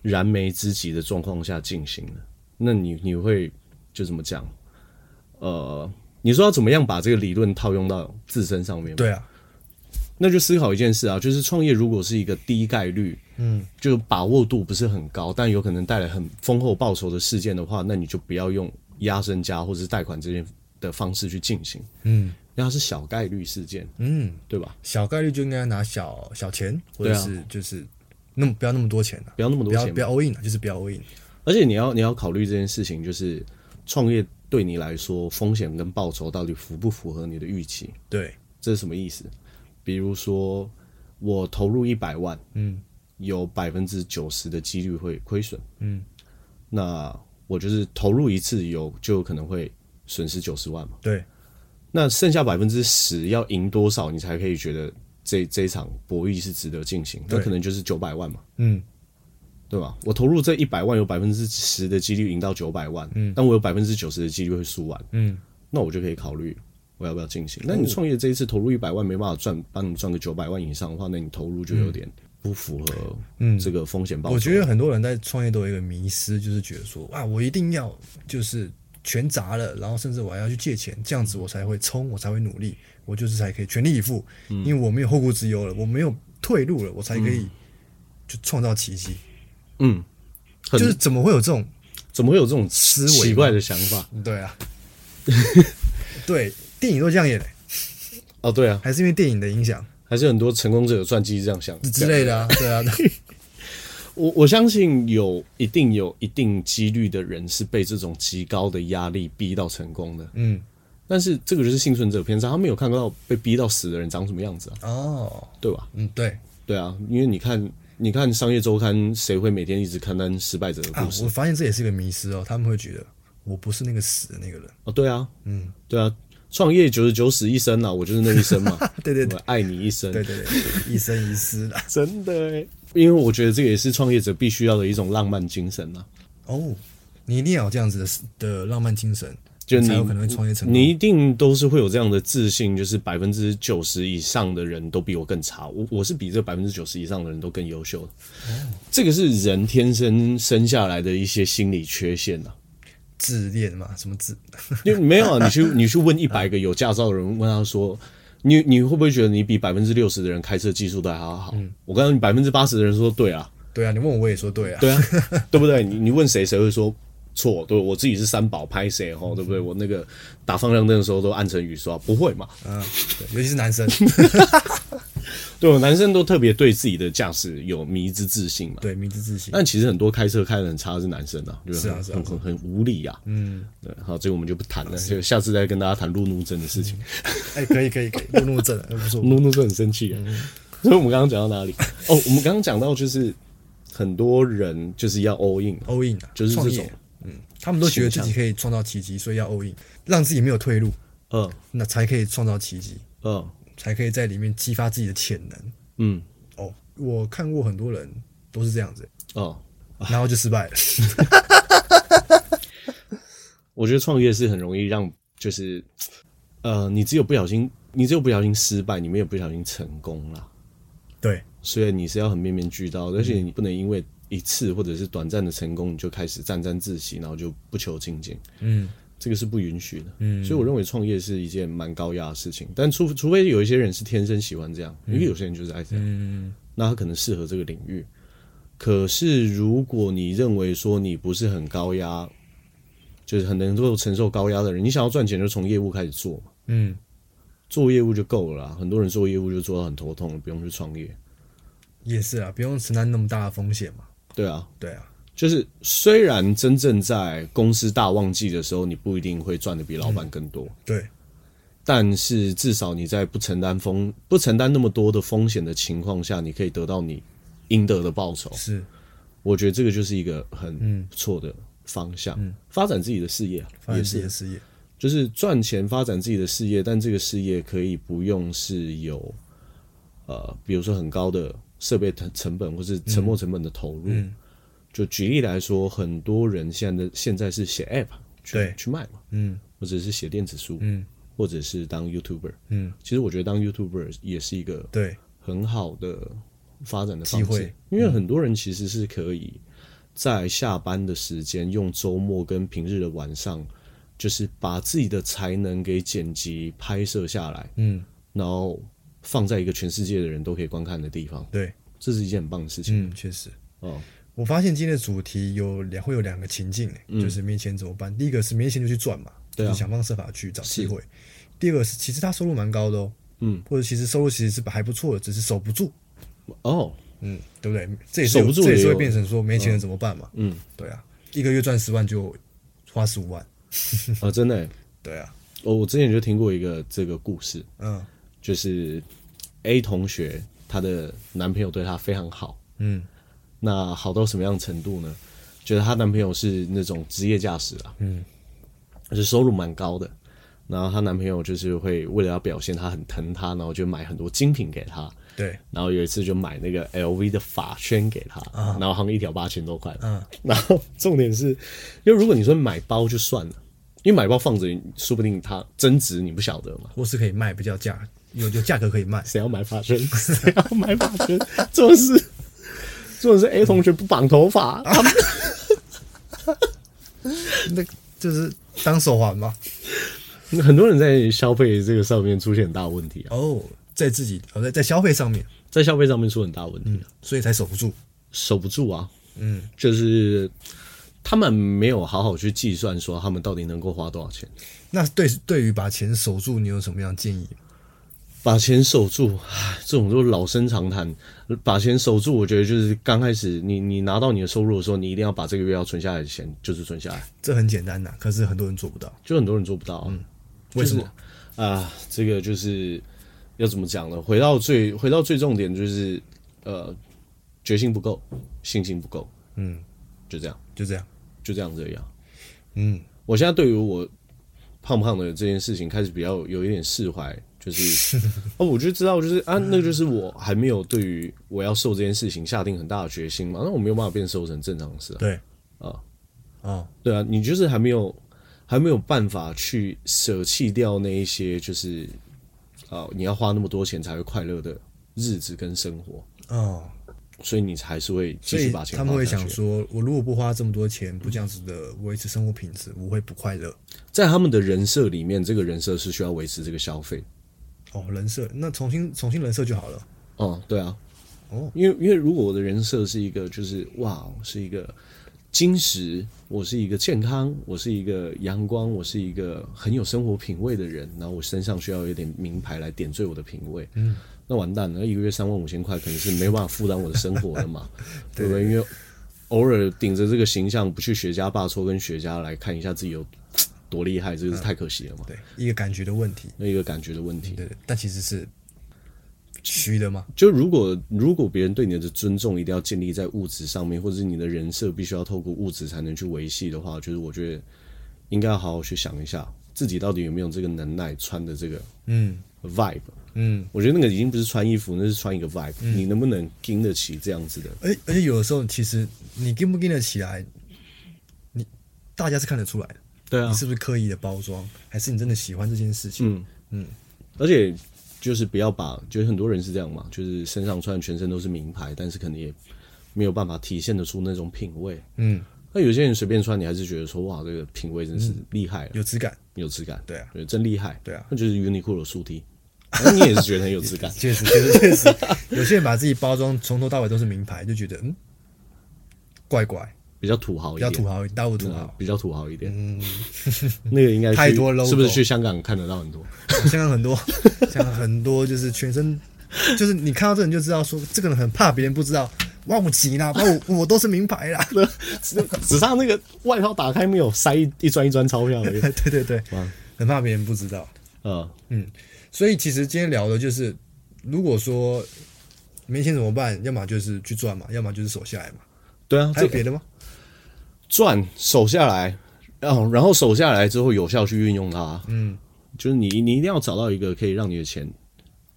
Speaker 1: 燃眉之急的状况下进行的，那你你会就怎么讲？呃，你说要怎么样把这个理论套用到自身上面？，
Speaker 2: 对啊，
Speaker 1: 那就思考一件事啊，就是创业如果是一个低概率，嗯，就把握度不是很高，但有可能带来很丰厚报酬的事件的话，那你就不要用压身家或者是贷款这些的方式去进行，嗯，因为它是小概率事件，
Speaker 2: 嗯，
Speaker 1: 对吧？
Speaker 2: 小概率就应该拿小小钱，或者
Speaker 1: 对啊
Speaker 2: 是就是那么不要那么多钱啊，
Speaker 1: 不要那么多
Speaker 2: 不要
Speaker 1: 钱
Speaker 2: 不
Speaker 1: 嘛，
Speaker 2: 要 all in 啊，就是不要 all in。
Speaker 1: 而且你要你要考虑这件事情，就是创业对你来说风险跟报酬到底符不符合你的预期？
Speaker 2: 对，
Speaker 1: 这是什么意思？比如说我投入一百万，
Speaker 2: 嗯，
Speaker 1: 有百分之九十的几率会亏损，嗯，那我就是投入一次有就有可能会损失九十万嘛，
Speaker 2: 对，
Speaker 1: 那剩下百分之十要赢多少你才可以觉得这这一场博弈是值得进行？那
Speaker 2: 对
Speaker 1: 可能就是九百万嘛。
Speaker 2: 嗯，
Speaker 1: 对吧？我投入这一百万，有百分之十的几率赢到九百万，嗯，但我有百分之九十的几率会输完，
Speaker 2: 嗯，哦
Speaker 1: 那我就可以考虑我要不要进行。那你创业这一次投入一百万没办法赚，帮你赚个九百万以上的话，那你投入就有点不符合这个风险报酬。
Speaker 2: 嗯我觉得很多人在创业都有一个迷失，就是觉得说啊，我一定要就是全砸了，然后甚至我还要去借钱，这样子我才会冲，我才会努力，我就是才可以全力以赴，
Speaker 1: 嗯
Speaker 2: 因为我没有后顾之忧了，我没有退路了，我才可以就创造奇迹。
Speaker 1: 嗯，很
Speaker 2: 就是怎么会有这种？
Speaker 1: 怎么会有这种
Speaker 2: 思
Speaker 1: 思
Speaker 2: 维
Speaker 1: 奇怪的想法？
Speaker 2: 对 啊，对，电影都这样演的、
Speaker 1: 哦，对啊，
Speaker 2: 还是因为电影的影响
Speaker 1: 还是很多成功者的传记是这样想
Speaker 2: 之类的啊，对啊，对
Speaker 1: 我我相信有一定有一定几率的人是被这种极高的压力逼到成功的，
Speaker 2: 嗯，
Speaker 1: 但是这个就是幸存者偏差，他没有看到被逼到死的人长什么样子啊，
Speaker 2: 哦，
Speaker 1: 对吧？
Speaker 2: 嗯，对
Speaker 1: 对啊，因为你看，你看商业周刊，谁会每天一直刊登失败者的
Speaker 2: 啊
Speaker 1: 故，事？
Speaker 2: 我发现这也是个迷失哦，他们会觉得我不是那个死的那个人，
Speaker 1: 哦，对啊，嗯，对啊，创业九十九死一生啊，我就是那一生嘛，
Speaker 2: 对对对
Speaker 1: 我爱你一生，
Speaker 2: 对对对，一生一世 的。
Speaker 1: 真的欸，因为我觉得这个也是创业者必须要的一种浪漫精神啊。
Speaker 2: 哦，你一定要有这样子的的浪漫精神，
Speaker 1: 就
Speaker 2: 你
Speaker 1: 你
Speaker 2: 才有可能会创业成功。
Speaker 1: 你一定都是会有这样的自信，就是百分之九十以上的人都比我更差，我我是比这百分之九十以上的人都更优秀的。这个是人天生生下来的一些心理缺陷啊。
Speaker 2: 自恋嘛，什么自？
Speaker 1: 因为没有啊，你去你去问一百个有驾照的人，问他说，你你会不会觉得你比百分之六十的人开车技术都还要好？我告诉你，百分之八十的人说对啊，
Speaker 2: 对啊，你问我我也说对啊。
Speaker 1: 对啊， 对不对？你你问谁，谁会说错？对，我自己是三宝拍谁吼，对不对？我那个打方向灯的时候都按成雨刷，不会嘛？
Speaker 2: 嗯，对，尤其 是男生，
Speaker 1: 对，男生都特别对自己的驾驶有迷之自信嘛。
Speaker 2: 对，迷之自信。
Speaker 1: 但其实很多开车开的很差的是男生啊，就是
Speaker 2: 啊
Speaker 1: 很
Speaker 2: 是啊
Speaker 1: 很很很无理啊。嗯，对，好，这个我们就不谈了，就下次再跟大家谈路怒症的事情。
Speaker 2: 哎，可以可以可以，路怒症，哎不错。
Speaker 1: 露露是很生气的。啊
Speaker 2: 嗯
Speaker 1: 所以我们刚刚讲到哪里？ 哦，我们刚刚讲到就是很多人就是要 all in，
Speaker 2: all in 啊，
Speaker 1: 就是这
Speaker 2: 创
Speaker 1: 种
Speaker 2: 业，嗯，他们都觉得自己可以创造奇迹，所以要 all in，让自己没有退路，
Speaker 1: 嗯
Speaker 2: 那才可以创造奇迹，
Speaker 1: 嗯
Speaker 2: 才可以在里面激发自己的潜能。
Speaker 1: 嗯
Speaker 2: 哦，我看过很多人都是这样子，
Speaker 1: 哦，
Speaker 2: 然后就失 败了。
Speaker 1: 我觉得创业是很容易让就是呃，你只有不小心，你只有不小心失败，你没有不小心成功啦。
Speaker 2: 对，
Speaker 1: 所以你是要很面面俱到的，而且
Speaker 2: 嗯
Speaker 1: 你不能因为一次或者是短暂的成功，你就开始沾沾自喜，然后就不求精进。
Speaker 2: 嗯，
Speaker 1: 这个是不允许的。嗯，所以我认为创业是一件蛮高压的事情，但除除非有一些人是天生喜欢这样，因为有些人就是爱这样，
Speaker 2: 嗯，
Speaker 1: 那他可能适合这个领域。可是如果你认为说你不是很高压，就是很能够承受高压的人，你想要赚钱就从业务开始做嘛，
Speaker 2: 嗯，
Speaker 1: 做业务就够了啦。啊很多人做业务就做到很头痛了，不用去创业。
Speaker 2: 也是啊，不用承担那么大的风险嘛。
Speaker 1: 对啊，
Speaker 2: 对啊，
Speaker 1: 就是虽然真正在公司大旺季的时候，你不一定会赚的比老板更多，
Speaker 2: 对，
Speaker 1: 但是至少你在不承担风不承担那么多的风险的情况下，你可以得到你应得的报酬。
Speaker 2: 是
Speaker 1: 我觉得这个就是一个很不错的方向，发展自己的事业啊
Speaker 2: 发
Speaker 1: 也
Speaker 2: 展自己
Speaker 1: 是
Speaker 2: 的事业。
Speaker 1: 就是赚钱发展自己的事业，但这个事业可以不用是有呃，比如说很高的设备成成本或是沉
Speaker 2: 嗯
Speaker 1: 没成本的投入。就举例来说，很多人现在的现在是写 App 去
Speaker 2: 对
Speaker 1: 去卖嘛，
Speaker 2: 嗯
Speaker 1: 或者是写电子书，
Speaker 2: 嗯
Speaker 1: 或者是当 YouTuber。
Speaker 2: 嗯，
Speaker 1: 其实我觉得当 YouTuber 也是一个
Speaker 2: 对，
Speaker 1: 很好的发展的方
Speaker 2: 机
Speaker 1: 式
Speaker 2: 会，
Speaker 1: 因为很多人其实是可以在下班的时间，用周末跟平日的晚上，就是把自己的才能给剪辑、拍摄下来，
Speaker 2: 嗯
Speaker 1: 然后放在一个全世界的人都可以观看的地方，
Speaker 2: 对，
Speaker 1: 这是一件很棒的事情。
Speaker 2: 嗯，确实。
Speaker 1: 哦，
Speaker 2: 我发现今天的主题有两会有两个情境、欸就是没钱怎么办？第一个是没钱就去赚嘛，
Speaker 1: 嗯对啊
Speaker 2: 就是想方设法去找机会。第二个是其实他收入蛮高的哦，
Speaker 1: 嗯，
Speaker 2: 或者其实收入其实是还不错的，只是守不住，
Speaker 1: 哦，
Speaker 2: 嗯，对不对？这也是有
Speaker 1: 守不住
Speaker 2: 这也
Speaker 1: 也
Speaker 2: 是
Speaker 1: 有
Speaker 2: 会变成说没钱了怎么办嘛？
Speaker 1: 嗯，
Speaker 2: 对啊，一个月赚十万就花十五万，
Speaker 1: 啊，真的欸，
Speaker 2: 对啊，
Speaker 1: 我、我之前就听过一个这个故事，
Speaker 2: 嗯
Speaker 1: 就是 A 同学她的男朋友对她非常好，
Speaker 2: 嗯
Speaker 1: 那好到什么样程度呢？觉得她男朋友是那种职业驾驶啊，嗯，就是收入蛮高的。然后她男朋友就是会为了要表现她很疼她，然后就买很多精品给她。
Speaker 2: 对，
Speaker 1: 然后有一次就买那个 LV 的法圈给她，然后好像一条八千多块。
Speaker 2: 啊嗯，
Speaker 1: 然后重点是，因为如果你说买包就算了，因为买包放着，说不定它增值你不晓得嘛。
Speaker 2: 或是可以卖比较价，有有价格可以卖，
Speaker 1: 谁要买发圈？ 谁要买发圈？这种是，这种是 A 同学不绑头发，他
Speaker 2: 那就是当手环嘛。
Speaker 1: 很多人在消费这个上面出现很大的问题啊，
Speaker 2: 哦，在自己哦在在消费上面，
Speaker 1: 在消费上面出很大的问题啊，
Speaker 2: 所以才守不住。
Speaker 1: 守不住啊，
Speaker 2: 嗯，
Speaker 1: 就是他们没有好好去计算说他们到底能够花多少钱，
Speaker 2: 那对对于把钱守住，你有什么样的建议？
Speaker 1: 把钱守住，唉这种就是老生常谈。把钱守住，我觉得就是刚开始你你拿到你的收入的时候，你一定要把这个月要存下来的钱就是存下来，
Speaker 2: 这很简单呐、可是很多人做不到。
Speaker 1: 就很多人做不到啊、
Speaker 2: 嗯为什么？
Speaker 1: 啊，这个就是要怎么讲呢？回到最回到最重点，就是呃，决心不够，信心不够，
Speaker 2: 嗯，
Speaker 1: 就这样，
Speaker 2: 就这样。
Speaker 1: 就这样这样。
Speaker 2: 嗯，
Speaker 1: 啊我现在对于我胖不胖的这件事情开始比较有有一点释怀，就是 哦，我就知道，就是啊，那个就是我还没有对于我要瘦这件事情下定很大的决心嘛，那我没有办法变瘦成正常的事啊，
Speaker 2: 对，
Speaker 1: 啊
Speaker 2: 哦，
Speaker 1: 对啊，你就是还没有。还没有办法去舍弃掉那一些就是啊、你要花那么多钱才会快乐的日子跟生活，
Speaker 2: 哦，
Speaker 1: 所以你还是会继
Speaker 2: 所
Speaker 1: 续
Speaker 2: 以
Speaker 1: 把钱
Speaker 2: 他
Speaker 1: 花
Speaker 2: 们会
Speaker 1: 下
Speaker 2: 想
Speaker 1: 去
Speaker 2: 说，我如果不花这么多钱，不这样子的维持生活品质，我会不快乐。
Speaker 1: 在他们的人设里面，这个人设是需要维持这个消费。
Speaker 2: 哦，人设那重新重新人设就好了。
Speaker 1: 哦、对啊，
Speaker 2: 哦
Speaker 1: 因为因为如果我的人设是一个就是哇，我是一个金石，我是一个健康，我是一个阳光，我是一个很有生活品味的人，然后我身上需要有点名牌来点缀我的品味，嗯，那完蛋了，那一个月三万五千块肯定是没办法负担我的生活的嘛，对不对？因为偶尔顶着这个形象不去学家霸错跟学家来看一下自己有多厉害，这个是太可惜了嘛，
Speaker 2: 对，一个感觉的问题。
Speaker 1: 那一个感觉的问题。
Speaker 2: 对，但其实是虚的嘛。
Speaker 1: 就如果如果别人对你的尊重一定要建立在物质上面，或者是你的人设必须要透过物质才能去维系的话，就是我觉得应该要好好去想一下，自己到底有没有这个能耐穿的这个
Speaker 2: 嗯
Speaker 1: vibe。
Speaker 2: 嗯，
Speaker 1: 我觉得那个已经不是穿衣服，那是穿一个 vibe，、你能不能经得起这样子的？
Speaker 2: 而而且有的时候，其实你跟不跟得起来，你大家是看得出来的。
Speaker 1: 对
Speaker 2: 你是不是刻意的包装，还是你真的喜欢这件事情？
Speaker 1: 嗯而且就是不要把，就是很多人是这样嘛，就是身上穿全身都是名牌，但是可能也没有办法体现得出那种品味。
Speaker 2: 嗯，
Speaker 1: 那有些人随便穿，你还是觉得说哇，这个品味真是厉害了。
Speaker 2: 有质感，
Speaker 1: 有质感，
Speaker 2: 对啊
Speaker 1: 真厉害，
Speaker 2: 对啊，
Speaker 1: 那就是 Uniqlo 的素 T，那你也是觉得很有质感
Speaker 2: 确实，确实，确实，有些人把自己包装从头到尾都是名牌，就觉得嗯，怪怪，
Speaker 1: 比较土豪一
Speaker 2: 比较
Speaker 1: 点，
Speaker 2: 土豪，大物土
Speaker 1: 嗯
Speaker 2: 豪。
Speaker 1: 比较土豪一点， 那个应该去
Speaker 2: 太多 logo
Speaker 1: 是不是去香港看得到很多？
Speaker 2: 香港很多，香港很多就是全身，就是你看到这人就知道说，这个人很怕别人不知道，哇，我急啦，哇，我我都是名牌啦。
Speaker 1: 只只差那个外套打开没有塞一一砖一砖钞票 而已，
Speaker 2: 对对对，很怕别人不知道。
Speaker 1: 嗯，
Speaker 2: 所以其实今天聊的就是，如果说没钱怎么办？要么就是去赚嘛，要么就是守下来嘛。
Speaker 1: 对啊，
Speaker 2: 还
Speaker 1: 这
Speaker 2: 有
Speaker 1: 个
Speaker 2: 别的吗？
Speaker 1: 赚守下来，然后然后守下来之后有效去运用它，嗯，就是你你一定要找到一个可以让你的钱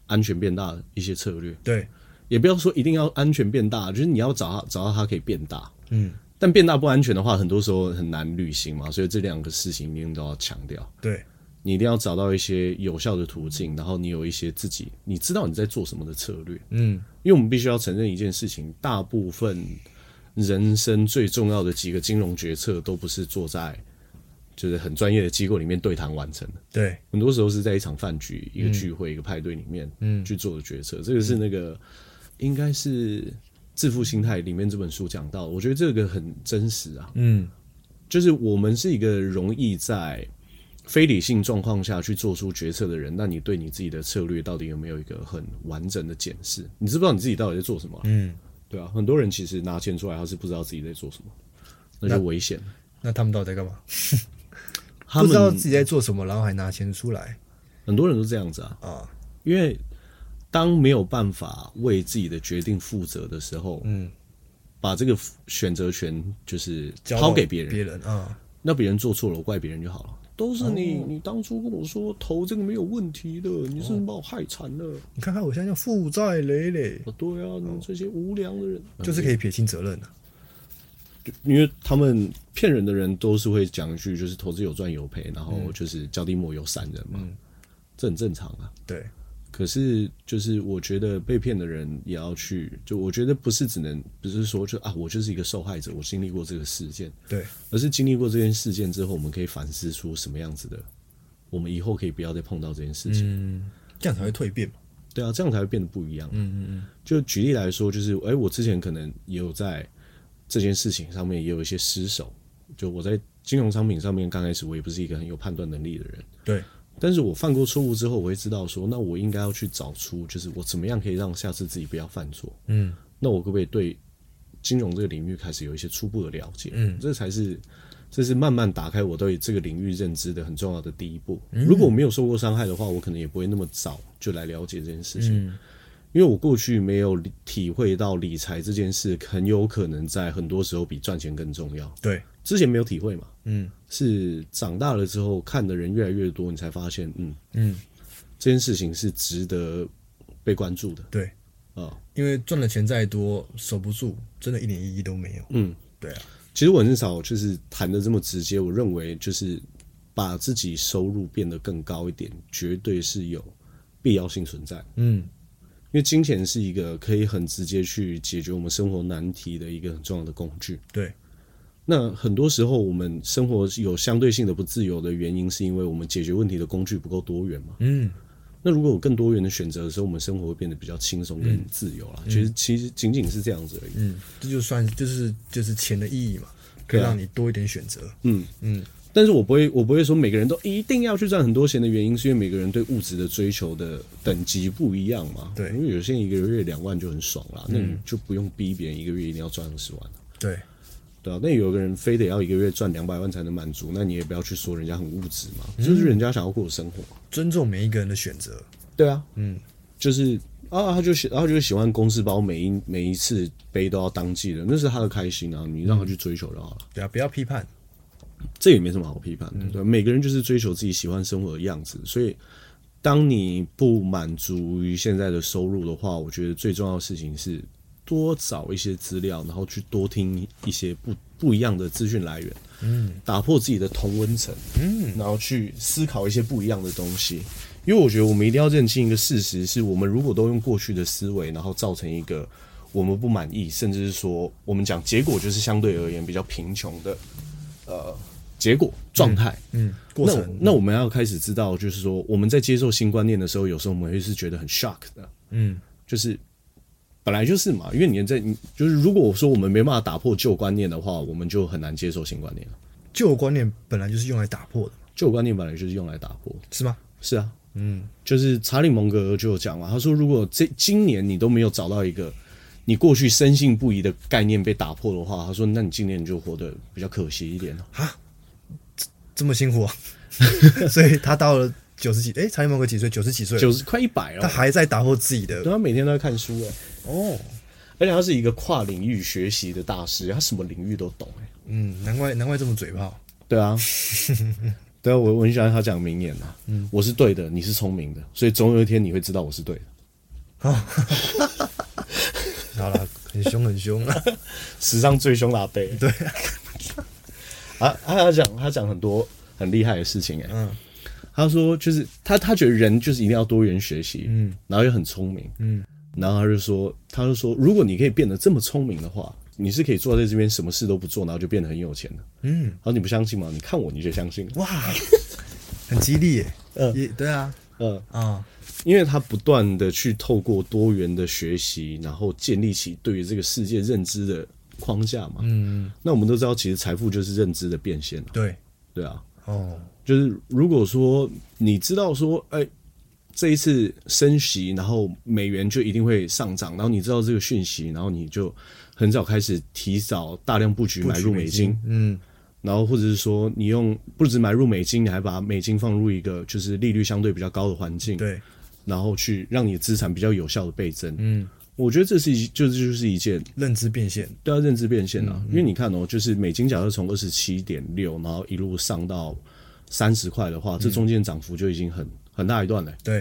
Speaker 1: 安全变大的一些策略，
Speaker 2: 对，
Speaker 1: 也不要说一定要安全变大，就是你要找到找到它可以变大。
Speaker 2: 嗯，
Speaker 1: 但变大不安全的话，很多时候很难履行嘛，所以这两个事情一定都要强调。
Speaker 2: 对，
Speaker 1: 你一定要找到一些有效的途径，然后你有一些自己你知道你在做什么的策略。
Speaker 2: 嗯，
Speaker 1: 因为我们必须要承认一件事情，大部分人生最重要的几个金融决策都不是坐在就是很专业的机构里面对谈完成的。
Speaker 2: 对，
Speaker 1: 很多时候是在一场饭局、一个
Speaker 2: 嗯
Speaker 1: 聚会、一个派对里面，嗯，去做的决策。这个是那个应该是《致富心态》里面这本书讲到，我觉得这个很真实啊。
Speaker 2: 嗯，
Speaker 1: 就是我们是一个容易在非理性状况下去做出决策的人，那你对你自己的策略到底有没有一个很完整的检视？你知不知道你自己到底在做什么啊、
Speaker 2: 嗯，
Speaker 1: 对啊，很多人其实拿钱出来，他是不知道自己在做什么，那就危险了。
Speaker 2: 那他们到底在干嘛？
Speaker 1: 他
Speaker 2: 不知道
Speaker 1: 们
Speaker 2: 自己在做什么，然后还拿钱出来
Speaker 1: 很多人都这样子啊，
Speaker 2: 啊？
Speaker 1: 因为当没有办法为自己的决定负责的时候，
Speaker 2: 嗯，
Speaker 1: 把这个选择权就是
Speaker 2: 交
Speaker 1: 抛
Speaker 2: 到
Speaker 1: 给别人，
Speaker 2: 别人啊？
Speaker 1: 那别人做错了，我怪别人就好了。都是你，
Speaker 2: 哦
Speaker 1: 你当初跟我说投这个没有问题的，你是不是把我害惨了？
Speaker 2: 你看看我现在叫负债累累，
Speaker 1: 哦、对啊，你们这些无良的人，
Speaker 2: 就是可以撇清责任啊的、
Speaker 1: 因为他们骗人的人都是会讲一句，就是投资有赚有赔，然
Speaker 2: 嗯
Speaker 1: 后就是脚底抹油散人嘛，这很正常啊。
Speaker 2: 对，
Speaker 1: 可是，就是我觉得被骗的人也要去，就我觉得不是只能不是说就啊，我就是一个受害者，我经历过这个事件，
Speaker 2: 对，
Speaker 1: 而是经历过这件事件之后，我们可以反思出什么样子的，我们以后可以不要再碰到这件事情。
Speaker 2: 这样才会蜕变嘛。
Speaker 1: 对啊，这样才会变得不一样。嗯嗯嗯。就举例来说，就是哎、我之前可能也有在这件事情上面也有一些失手，就我在金融商品上面刚开始我也不是一个很有判断能力的人，
Speaker 2: 对，
Speaker 1: 但是我犯过错误之后，我会知道说，那我应该要去找出，就是我怎么样可以让下次自己不要犯错。
Speaker 2: 嗯，
Speaker 1: 那我可不可以对金融这个领域开始有一些初步的了解？嗯，这才是，这是慢慢打开我对这个领域认知的很重要的第一步。如果我没有受过伤害的话，我可能也不会那么早就来了解这件事情。因为我过去没有理体会到理财这件事，很有可能在很多时候比赚钱更重要。
Speaker 2: 对，
Speaker 1: 之前没有体会嘛，
Speaker 2: 嗯，
Speaker 1: 是长大了之后看的人越来越多，你才发现，嗯
Speaker 2: 嗯，
Speaker 1: 这件事情是值得被关注的
Speaker 2: 对，
Speaker 1: 啊、
Speaker 2: 因为赚的钱再多，守不住，真的一点意义都没有。
Speaker 1: 嗯，
Speaker 2: 对啊，
Speaker 1: 其实我很少就是谈的这么直接，我认为就是把自己收入变得更高一点，绝对是有必要性存在。
Speaker 2: 嗯
Speaker 1: 因为金钱是一个可以很直接去解决我们生活难题的一个很重要的工具。
Speaker 2: 对，
Speaker 1: 那很多时候我们生活有相对性的不自由的原因，是因为我们解决问题的工具不够多元嘛？
Speaker 2: 嗯
Speaker 1: 那如果有更多元的选择的时候，我们生活会变得比较轻松跟自由啦。其实其实仅仅是这样子而已。
Speaker 2: 嗯，这就算就是就是钱的意义嘛，可以让你多一点选择。
Speaker 1: 但是我不会，我不会说每个人都一定要去赚很多钱的原因，是因为每个人对物质的追求的等级不一样嘛。
Speaker 2: 对嗯
Speaker 1: 因为有些人一个月两万就很爽啦，那你就不用逼别人一个月一定要赚二十万啊
Speaker 2: 对，
Speaker 1: 对啊，那有个人非得要一个月赚两百万才能满足，那你也不要去说人家很物质嘛，
Speaker 2: 嗯
Speaker 1: 就是人家想要过的生活。
Speaker 2: 尊重每一个人的选择。
Speaker 1: 对啊，嗯，就是啊，他就喜，他就喜欢公司包每一每一次杯都要当季的，那是他的开心啊，你让他去追求就好了，
Speaker 2: 对啊，不要批判。
Speaker 1: 这也没什么好批判的。对啊，每个人就是追求自己喜欢生活的样子，所以当你不满足于现在的收入的话，我觉得最重要的事情是多找一些资料，然后去多听一些不不一样的资讯来源。打破自己的同温层，嗯，然后去思考一些不一样的东西。因为我觉得我们一定要认清一个事实，是我们如果都用过去的思维，然后造成一个我们不满意，甚至是说我们讲结果就是相对而言比较贫穷的，呃，结果状态，
Speaker 2: 嗯，过
Speaker 1: 那
Speaker 2: 程
Speaker 1: 那我们要开始知道，就是说我们在接受新观念的时候，有时候我们会是觉得很 shock 的，
Speaker 2: 嗯，
Speaker 1: 就是本来就是嘛，因为你在你就是如果我说我们没办法打破旧观念的话，我们就很难接受新观念了。
Speaker 2: 旧观念本来就是用来打破的嘛，
Speaker 1: 旧观念本来就是用来打破。
Speaker 2: 是吗？
Speaker 1: 是啊，嗯，就是查理蒙格尔就有讲嘛，他说如果这今年你都没有找到一个你过去深信不疑的概念被打破的话，他说那你今年就活得比较可惜一点了。
Speaker 2: 这么辛苦啊， 所以他到了九十几，哎、查理芒格几岁？九十几岁了，
Speaker 1: 九十快一百
Speaker 2: 他
Speaker 1: 了，
Speaker 2: 还在打破自己的
Speaker 1: 对他啊每天都在看书哎、
Speaker 2: 哦。
Speaker 1: 而且他是一个跨领域学习的大师，他什么领域都懂哎、
Speaker 2: 嗯，难怪难怪这么嘴炮。
Speaker 1: 对 啊，对啊，我我很喜欢他讲名言啊，嗯，我是对的，你是聪明的，所以总有一天你会知道我是对的。
Speaker 2: 好啦，很凶很凶啊。
Speaker 1: 史上最凶的阿贝。对 啊，啊，他讲他讲很多很厉害的事情哎、
Speaker 2: 嗯
Speaker 1: 他说就是他他觉得人就是一定要多元学习，嗯，然后又很聪明，
Speaker 2: 嗯，
Speaker 1: 然后他就说他就说如果你可以变得这么聪明的话，你是可以坐在这边什么事都不做，然后就变得很有钱的。
Speaker 2: 嗯，
Speaker 1: 他说你不相信吗？你看我你就相信了，
Speaker 2: 哇，很激励耶。
Speaker 1: 嗯
Speaker 2: 也对啊，
Speaker 1: 嗯。
Speaker 2: 啊、
Speaker 1: 因为他不断的去透过多元的学习，然后建立起对于这个世界认知的框架嘛。嗯，那我们都知道，其实财富就是认知的变现啊。
Speaker 2: 对，
Speaker 1: 对啊，
Speaker 2: 哦，
Speaker 1: 就是如果说你知道说，哎、这一次升息，然后美元就一定会上涨，然后你知道这个讯息，然后你就很早开始提早大量布局买入美金，
Speaker 2: 嗯，
Speaker 1: 然后或者是说你用不止买入美金，你还把美金放入一个就是利率相对比较高的环境，
Speaker 2: 对，
Speaker 1: 然后去让你的资产比较有效的倍增。
Speaker 2: 嗯，
Speaker 1: 我觉得这是一就这就是一件
Speaker 2: 认知变现，
Speaker 1: 对啊，认知变现啊，因为你看哦，就是美金假设从二十七点六，然后一路上到三十块的话，这中间涨幅就已经很很大一段了。
Speaker 2: 对，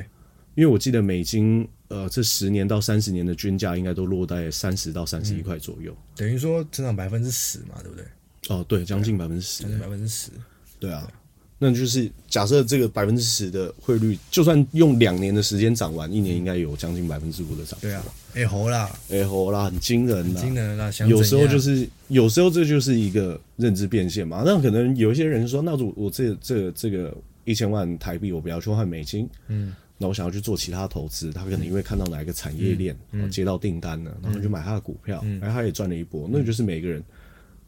Speaker 1: 因为我记得美金呃这十年到三十年的均价应该都落在三十到三十一块左右。
Speaker 2: 等于说成长百分之十嘛，对不对？
Speaker 1: 哦，对，将近百分之十
Speaker 2: 将。近百分之十，
Speaker 1: 对啊，那就是假设这个百分之十的汇率，就算用两年的时间涨完，一年应该有将近百分之五的涨幅。
Speaker 2: 对啊，哎、猴啦，
Speaker 1: 哎吼啦，很惊人啦，
Speaker 2: 惊人啦，想
Speaker 1: 啊有时候
Speaker 2: 怎样
Speaker 1: 就是，有时候这就是一个认知变现嘛。那可能有一些人说，那我我这这这个一千万台币，我不要去换美金，嗯，那我想要去做其他投资，他可能因为看到哪一个产
Speaker 2: 嗯
Speaker 1: 业链，然后接到订单了，然后就买他的股票，然后他也赚了一波。
Speaker 2: 嗯
Speaker 1: 那就是每个人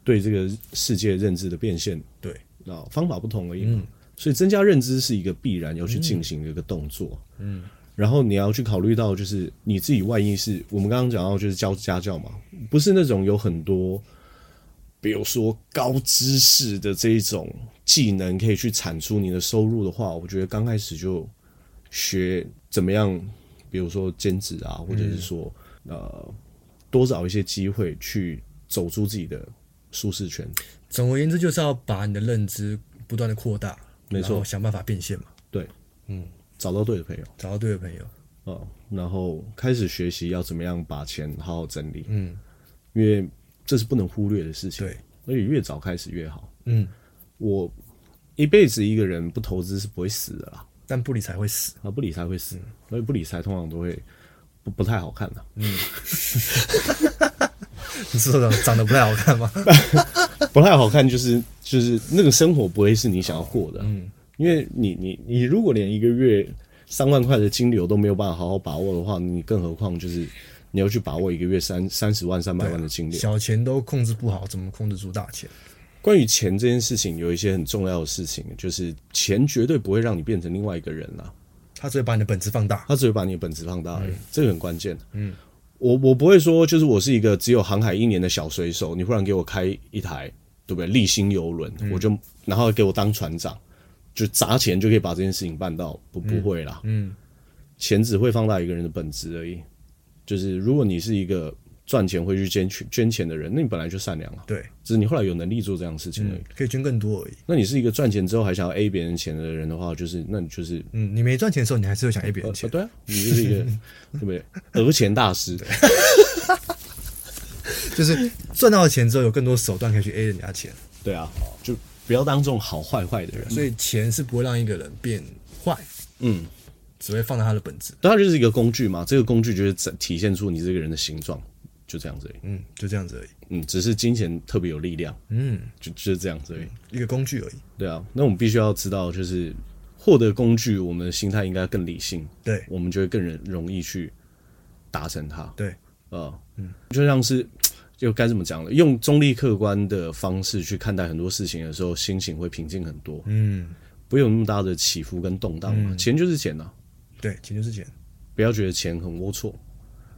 Speaker 1: 对这个世界认知的变现，
Speaker 2: 对，
Speaker 1: 啊，方法不同而已嘛。所以增加认知是一个必然要去进行的一个动作，嗯。然后你要去考虑到，就是你自己万一是我们刚刚讲到，就是教家教嘛，不是那种有很多，比如说高知识的这一种技能可以去产出你的收入的话，我觉得刚开始就学怎么样，比如说兼职啊，或者是说、呃多找一些机会去走出自己的舒适圈。
Speaker 2: 总而言之，就是要把你的认知不断的扩大，
Speaker 1: 没错
Speaker 2: 然后想办法变现嘛，
Speaker 1: 对，嗯，找到对的朋友
Speaker 2: 找到对的朋友，
Speaker 1: 啊、然后开始学习要怎么样把钱好好整理，嗯，因为这是不能忽略的事情，
Speaker 2: 对，
Speaker 1: 嗯而且越早开始越好。
Speaker 2: 嗯
Speaker 1: 我一辈子一个人不投资是不会死的啦，
Speaker 2: 但不理财 会死。
Speaker 1: 啊，不理财会死，所以不理财通常都会不不太好看啊的。
Speaker 2: 你是
Speaker 1: 啊
Speaker 2: 说长得不太好看吗？
Speaker 1: 不太好看，就是就是那个生活不会是你想要过的，嗯，因为你你你如果连一个月三万块的金流都没有办法好好把握的话，你更何况就是你要去把握一个月三三十万三百万的金流。
Speaker 2: 小钱都控制不好，怎么控制住大钱？
Speaker 1: 关于钱这件事情，有一些很重要的事情，就是钱绝对不会让你变成另外一个人啦，
Speaker 2: 他只会把你的本质放大。
Speaker 1: 他只会把你的本质放大而已，这个很关键。嗯，我我不会说，就是我是一个只有航海一年的小水手，你忽然给我开一台，对不对？立新游轮，我就然后给我当船长，就砸钱就可以把这件事情办到，不不会啦。嗯，钱只会放大一个人的本质而已。就是如果你是一个赚钱会去捐去捐钱的人，那你本来就善良啊，
Speaker 2: 对，
Speaker 1: 只是你后来有能力做这样的事情而已。
Speaker 2: 可以捐更多而已。
Speaker 1: 那你是一个赚钱之后还想要 A 别人钱的人的话，就是那你就是
Speaker 2: 嗯，你没赚钱的时候，你还是会想 A 别人
Speaker 1: 啊
Speaker 2: 钱。
Speaker 1: 对啊，你就是 一个对不对？讹钱大师，
Speaker 2: 就是赚到钱之后，有更多手段可以去 A 人家钱，
Speaker 1: 对啊，就不要当这种好坏坏的人。
Speaker 2: 所以钱是不会让一个人变坏，
Speaker 1: 嗯，
Speaker 2: 只会放大他的本质。
Speaker 1: 对它就是一个工具嘛，这个工具就是整体现出你这个人的形状，就这样子而已。
Speaker 2: 嗯，就这样子而已，
Speaker 1: 嗯，只是金钱特别有力量，嗯，就就是这样子而已。
Speaker 2: 一个工具而已。
Speaker 1: 对啊，那我们必须要知道，就是获得工具，我们的心态应该更理性，
Speaker 2: 对
Speaker 1: 我们就会更容容易去达成它。
Speaker 2: 对，嗯
Speaker 1: 呃，就像是就该怎么讲了，用中立客观的方式去看待很多事情的时候，心情会平静很多，
Speaker 2: 嗯，
Speaker 1: 不会有那么大的起伏跟动荡嘛。钱就是钱呐、
Speaker 2: 对，钱就是钱。
Speaker 1: 不要觉得钱很龌龊，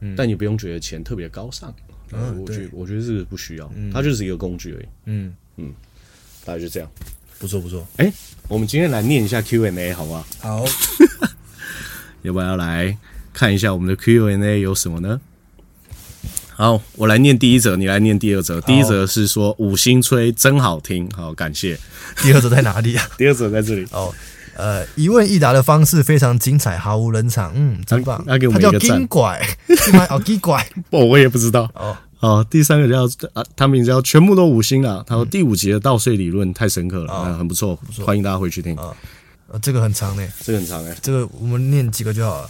Speaker 2: 嗯
Speaker 1: 但也不用觉得钱特别高
Speaker 2: 啊
Speaker 1: 尚。呃我觉得我觉得这个不需要，它就是一个工具而已。
Speaker 2: 嗯
Speaker 1: 嗯，大概就这样。
Speaker 2: 不错不错，
Speaker 1: 哎、我们今天来念一下 Q&A 好不好？
Speaker 2: 好，
Speaker 1: 要不要来看一下我们的 Q&A 有什么呢？好，我来念第一则，你来念第二则。第一则是说五星吹真好听，好感谢。
Speaker 2: 第二则在哪里 啊？
Speaker 1: 第二则在这里，
Speaker 2: 哦，呃，一问一答的方式非常精彩，毫无冷场，嗯，真棒。
Speaker 1: 他给我们
Speaker 2: 他
Speaker 1: 一
Speaker 2: 叫
Speaker 1: 个赞
Speaker 2: 金拐，金拐哦，金拐
Speaker 1: 不，我也不知道。
Speaker 2: 哦，
Speaker 1: 哦，第三个叫啊，他名字叫全部都五星啊。他说第五集的倒税理论太深刻了，啊很不错，欢迎大家回去听。
Speaker 2: 呃，这个很长呢，
Speaker 1: 这个很长哎、
Speaker 2: 这个我们念几个就好了。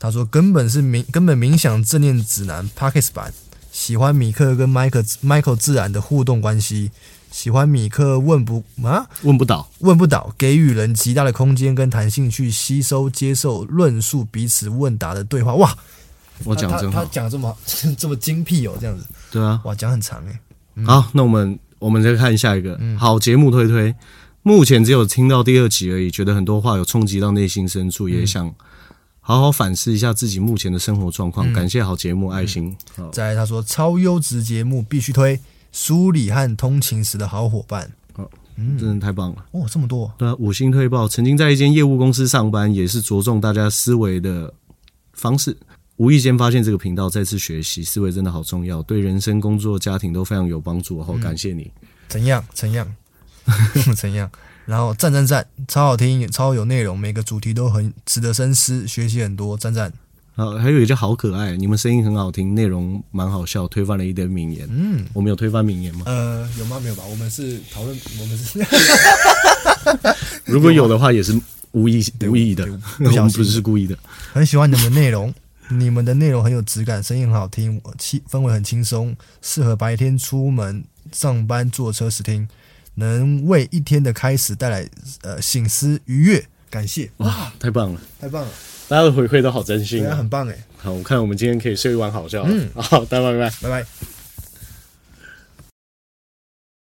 Speaker 2: 他说根本是冥根本冥想正念指南 p a c k e s 版，喜欢米克跟 Michael Michael 自然的互动关系，喜欢米克问不啊
Speaker 1: 问不倒。
Speaker 2: 问不倒，给予人极大的空间跟弹性去吸收、接受、论述彼此问答的对话。哇，
Speaker 1: 我讲
Speaker 2: 他
Speaker 1: 得真
Speaker 2: 他
Speaker 1: 好
Speaker 2: 他，讲得这么 好这么精辟哦，这样子，
Speaker 1: 对啊。
Speaker 2: 哇，讲很长哎。
Speaker 1: 好，那我们我们再看下一个。好，节目推推，目前只有听到第二集而已，觉得很多话有冲击到内心深处，也想好好反思一下自己目前的生活状况。感谢好节目，爱心。好
Speaker 2: 再来，他说超优质节目必须推，梳理和通勤时的好伙伴。
Speaker 1: 真的太棒了。
Speaker 2: 哦，这么多，
Speaker 1: 对啊，五星推报，曾经在一间业务公司上班，也是着重大家思维的方式。无意间发现这个频道，再次学习思维真的好重要，对人生、工作、家庭都非常有帮助。好，感谢你。
Speaker 2: 怎样怎样 怎样？然后赞赞赞，超好听，也超有内容，每个主题都很值得深思，学习很多，赞赞。
Speaker 1: 啊，还有一个叫好可爱，你们声音很好听，内容蛮好笑，推翻了一堆名言。嗯，我们有推翻名言吗？
Speaker 2: 呃，有吗？没有吧？我们是讨论，我们是
Speaker 1: 如果有的话，也是无意 无意的，
Speaker 2: 不
Speaker 1: 我
Speaker 2: 小
Speaker 1: 们
Speaker 2: 心
Speaker 1: 不是故意的。
Speaker 2: 很喜欢你们的内容，你们的内容很有质感，声音很好听，我气氛围很轻松，适合白天出门、上班、坐车时听，能为一天的开始带来呃醒思愉悦。感谢，
Speaker 1: 哇，太棒了！
Speaker 2: 太棒了，
Speaker 1: 大家的回馈都好真
Speaker 2: 大
Speaker 1: 心
Speaker 2: 家
Speaker 1: 啊
Speaker 2: 很！棒哎，嗯
Speaker 1: 好，我看我们今天可以睡一晚好觉了。好，大家拜拜。
Speaker 2: 拜拜。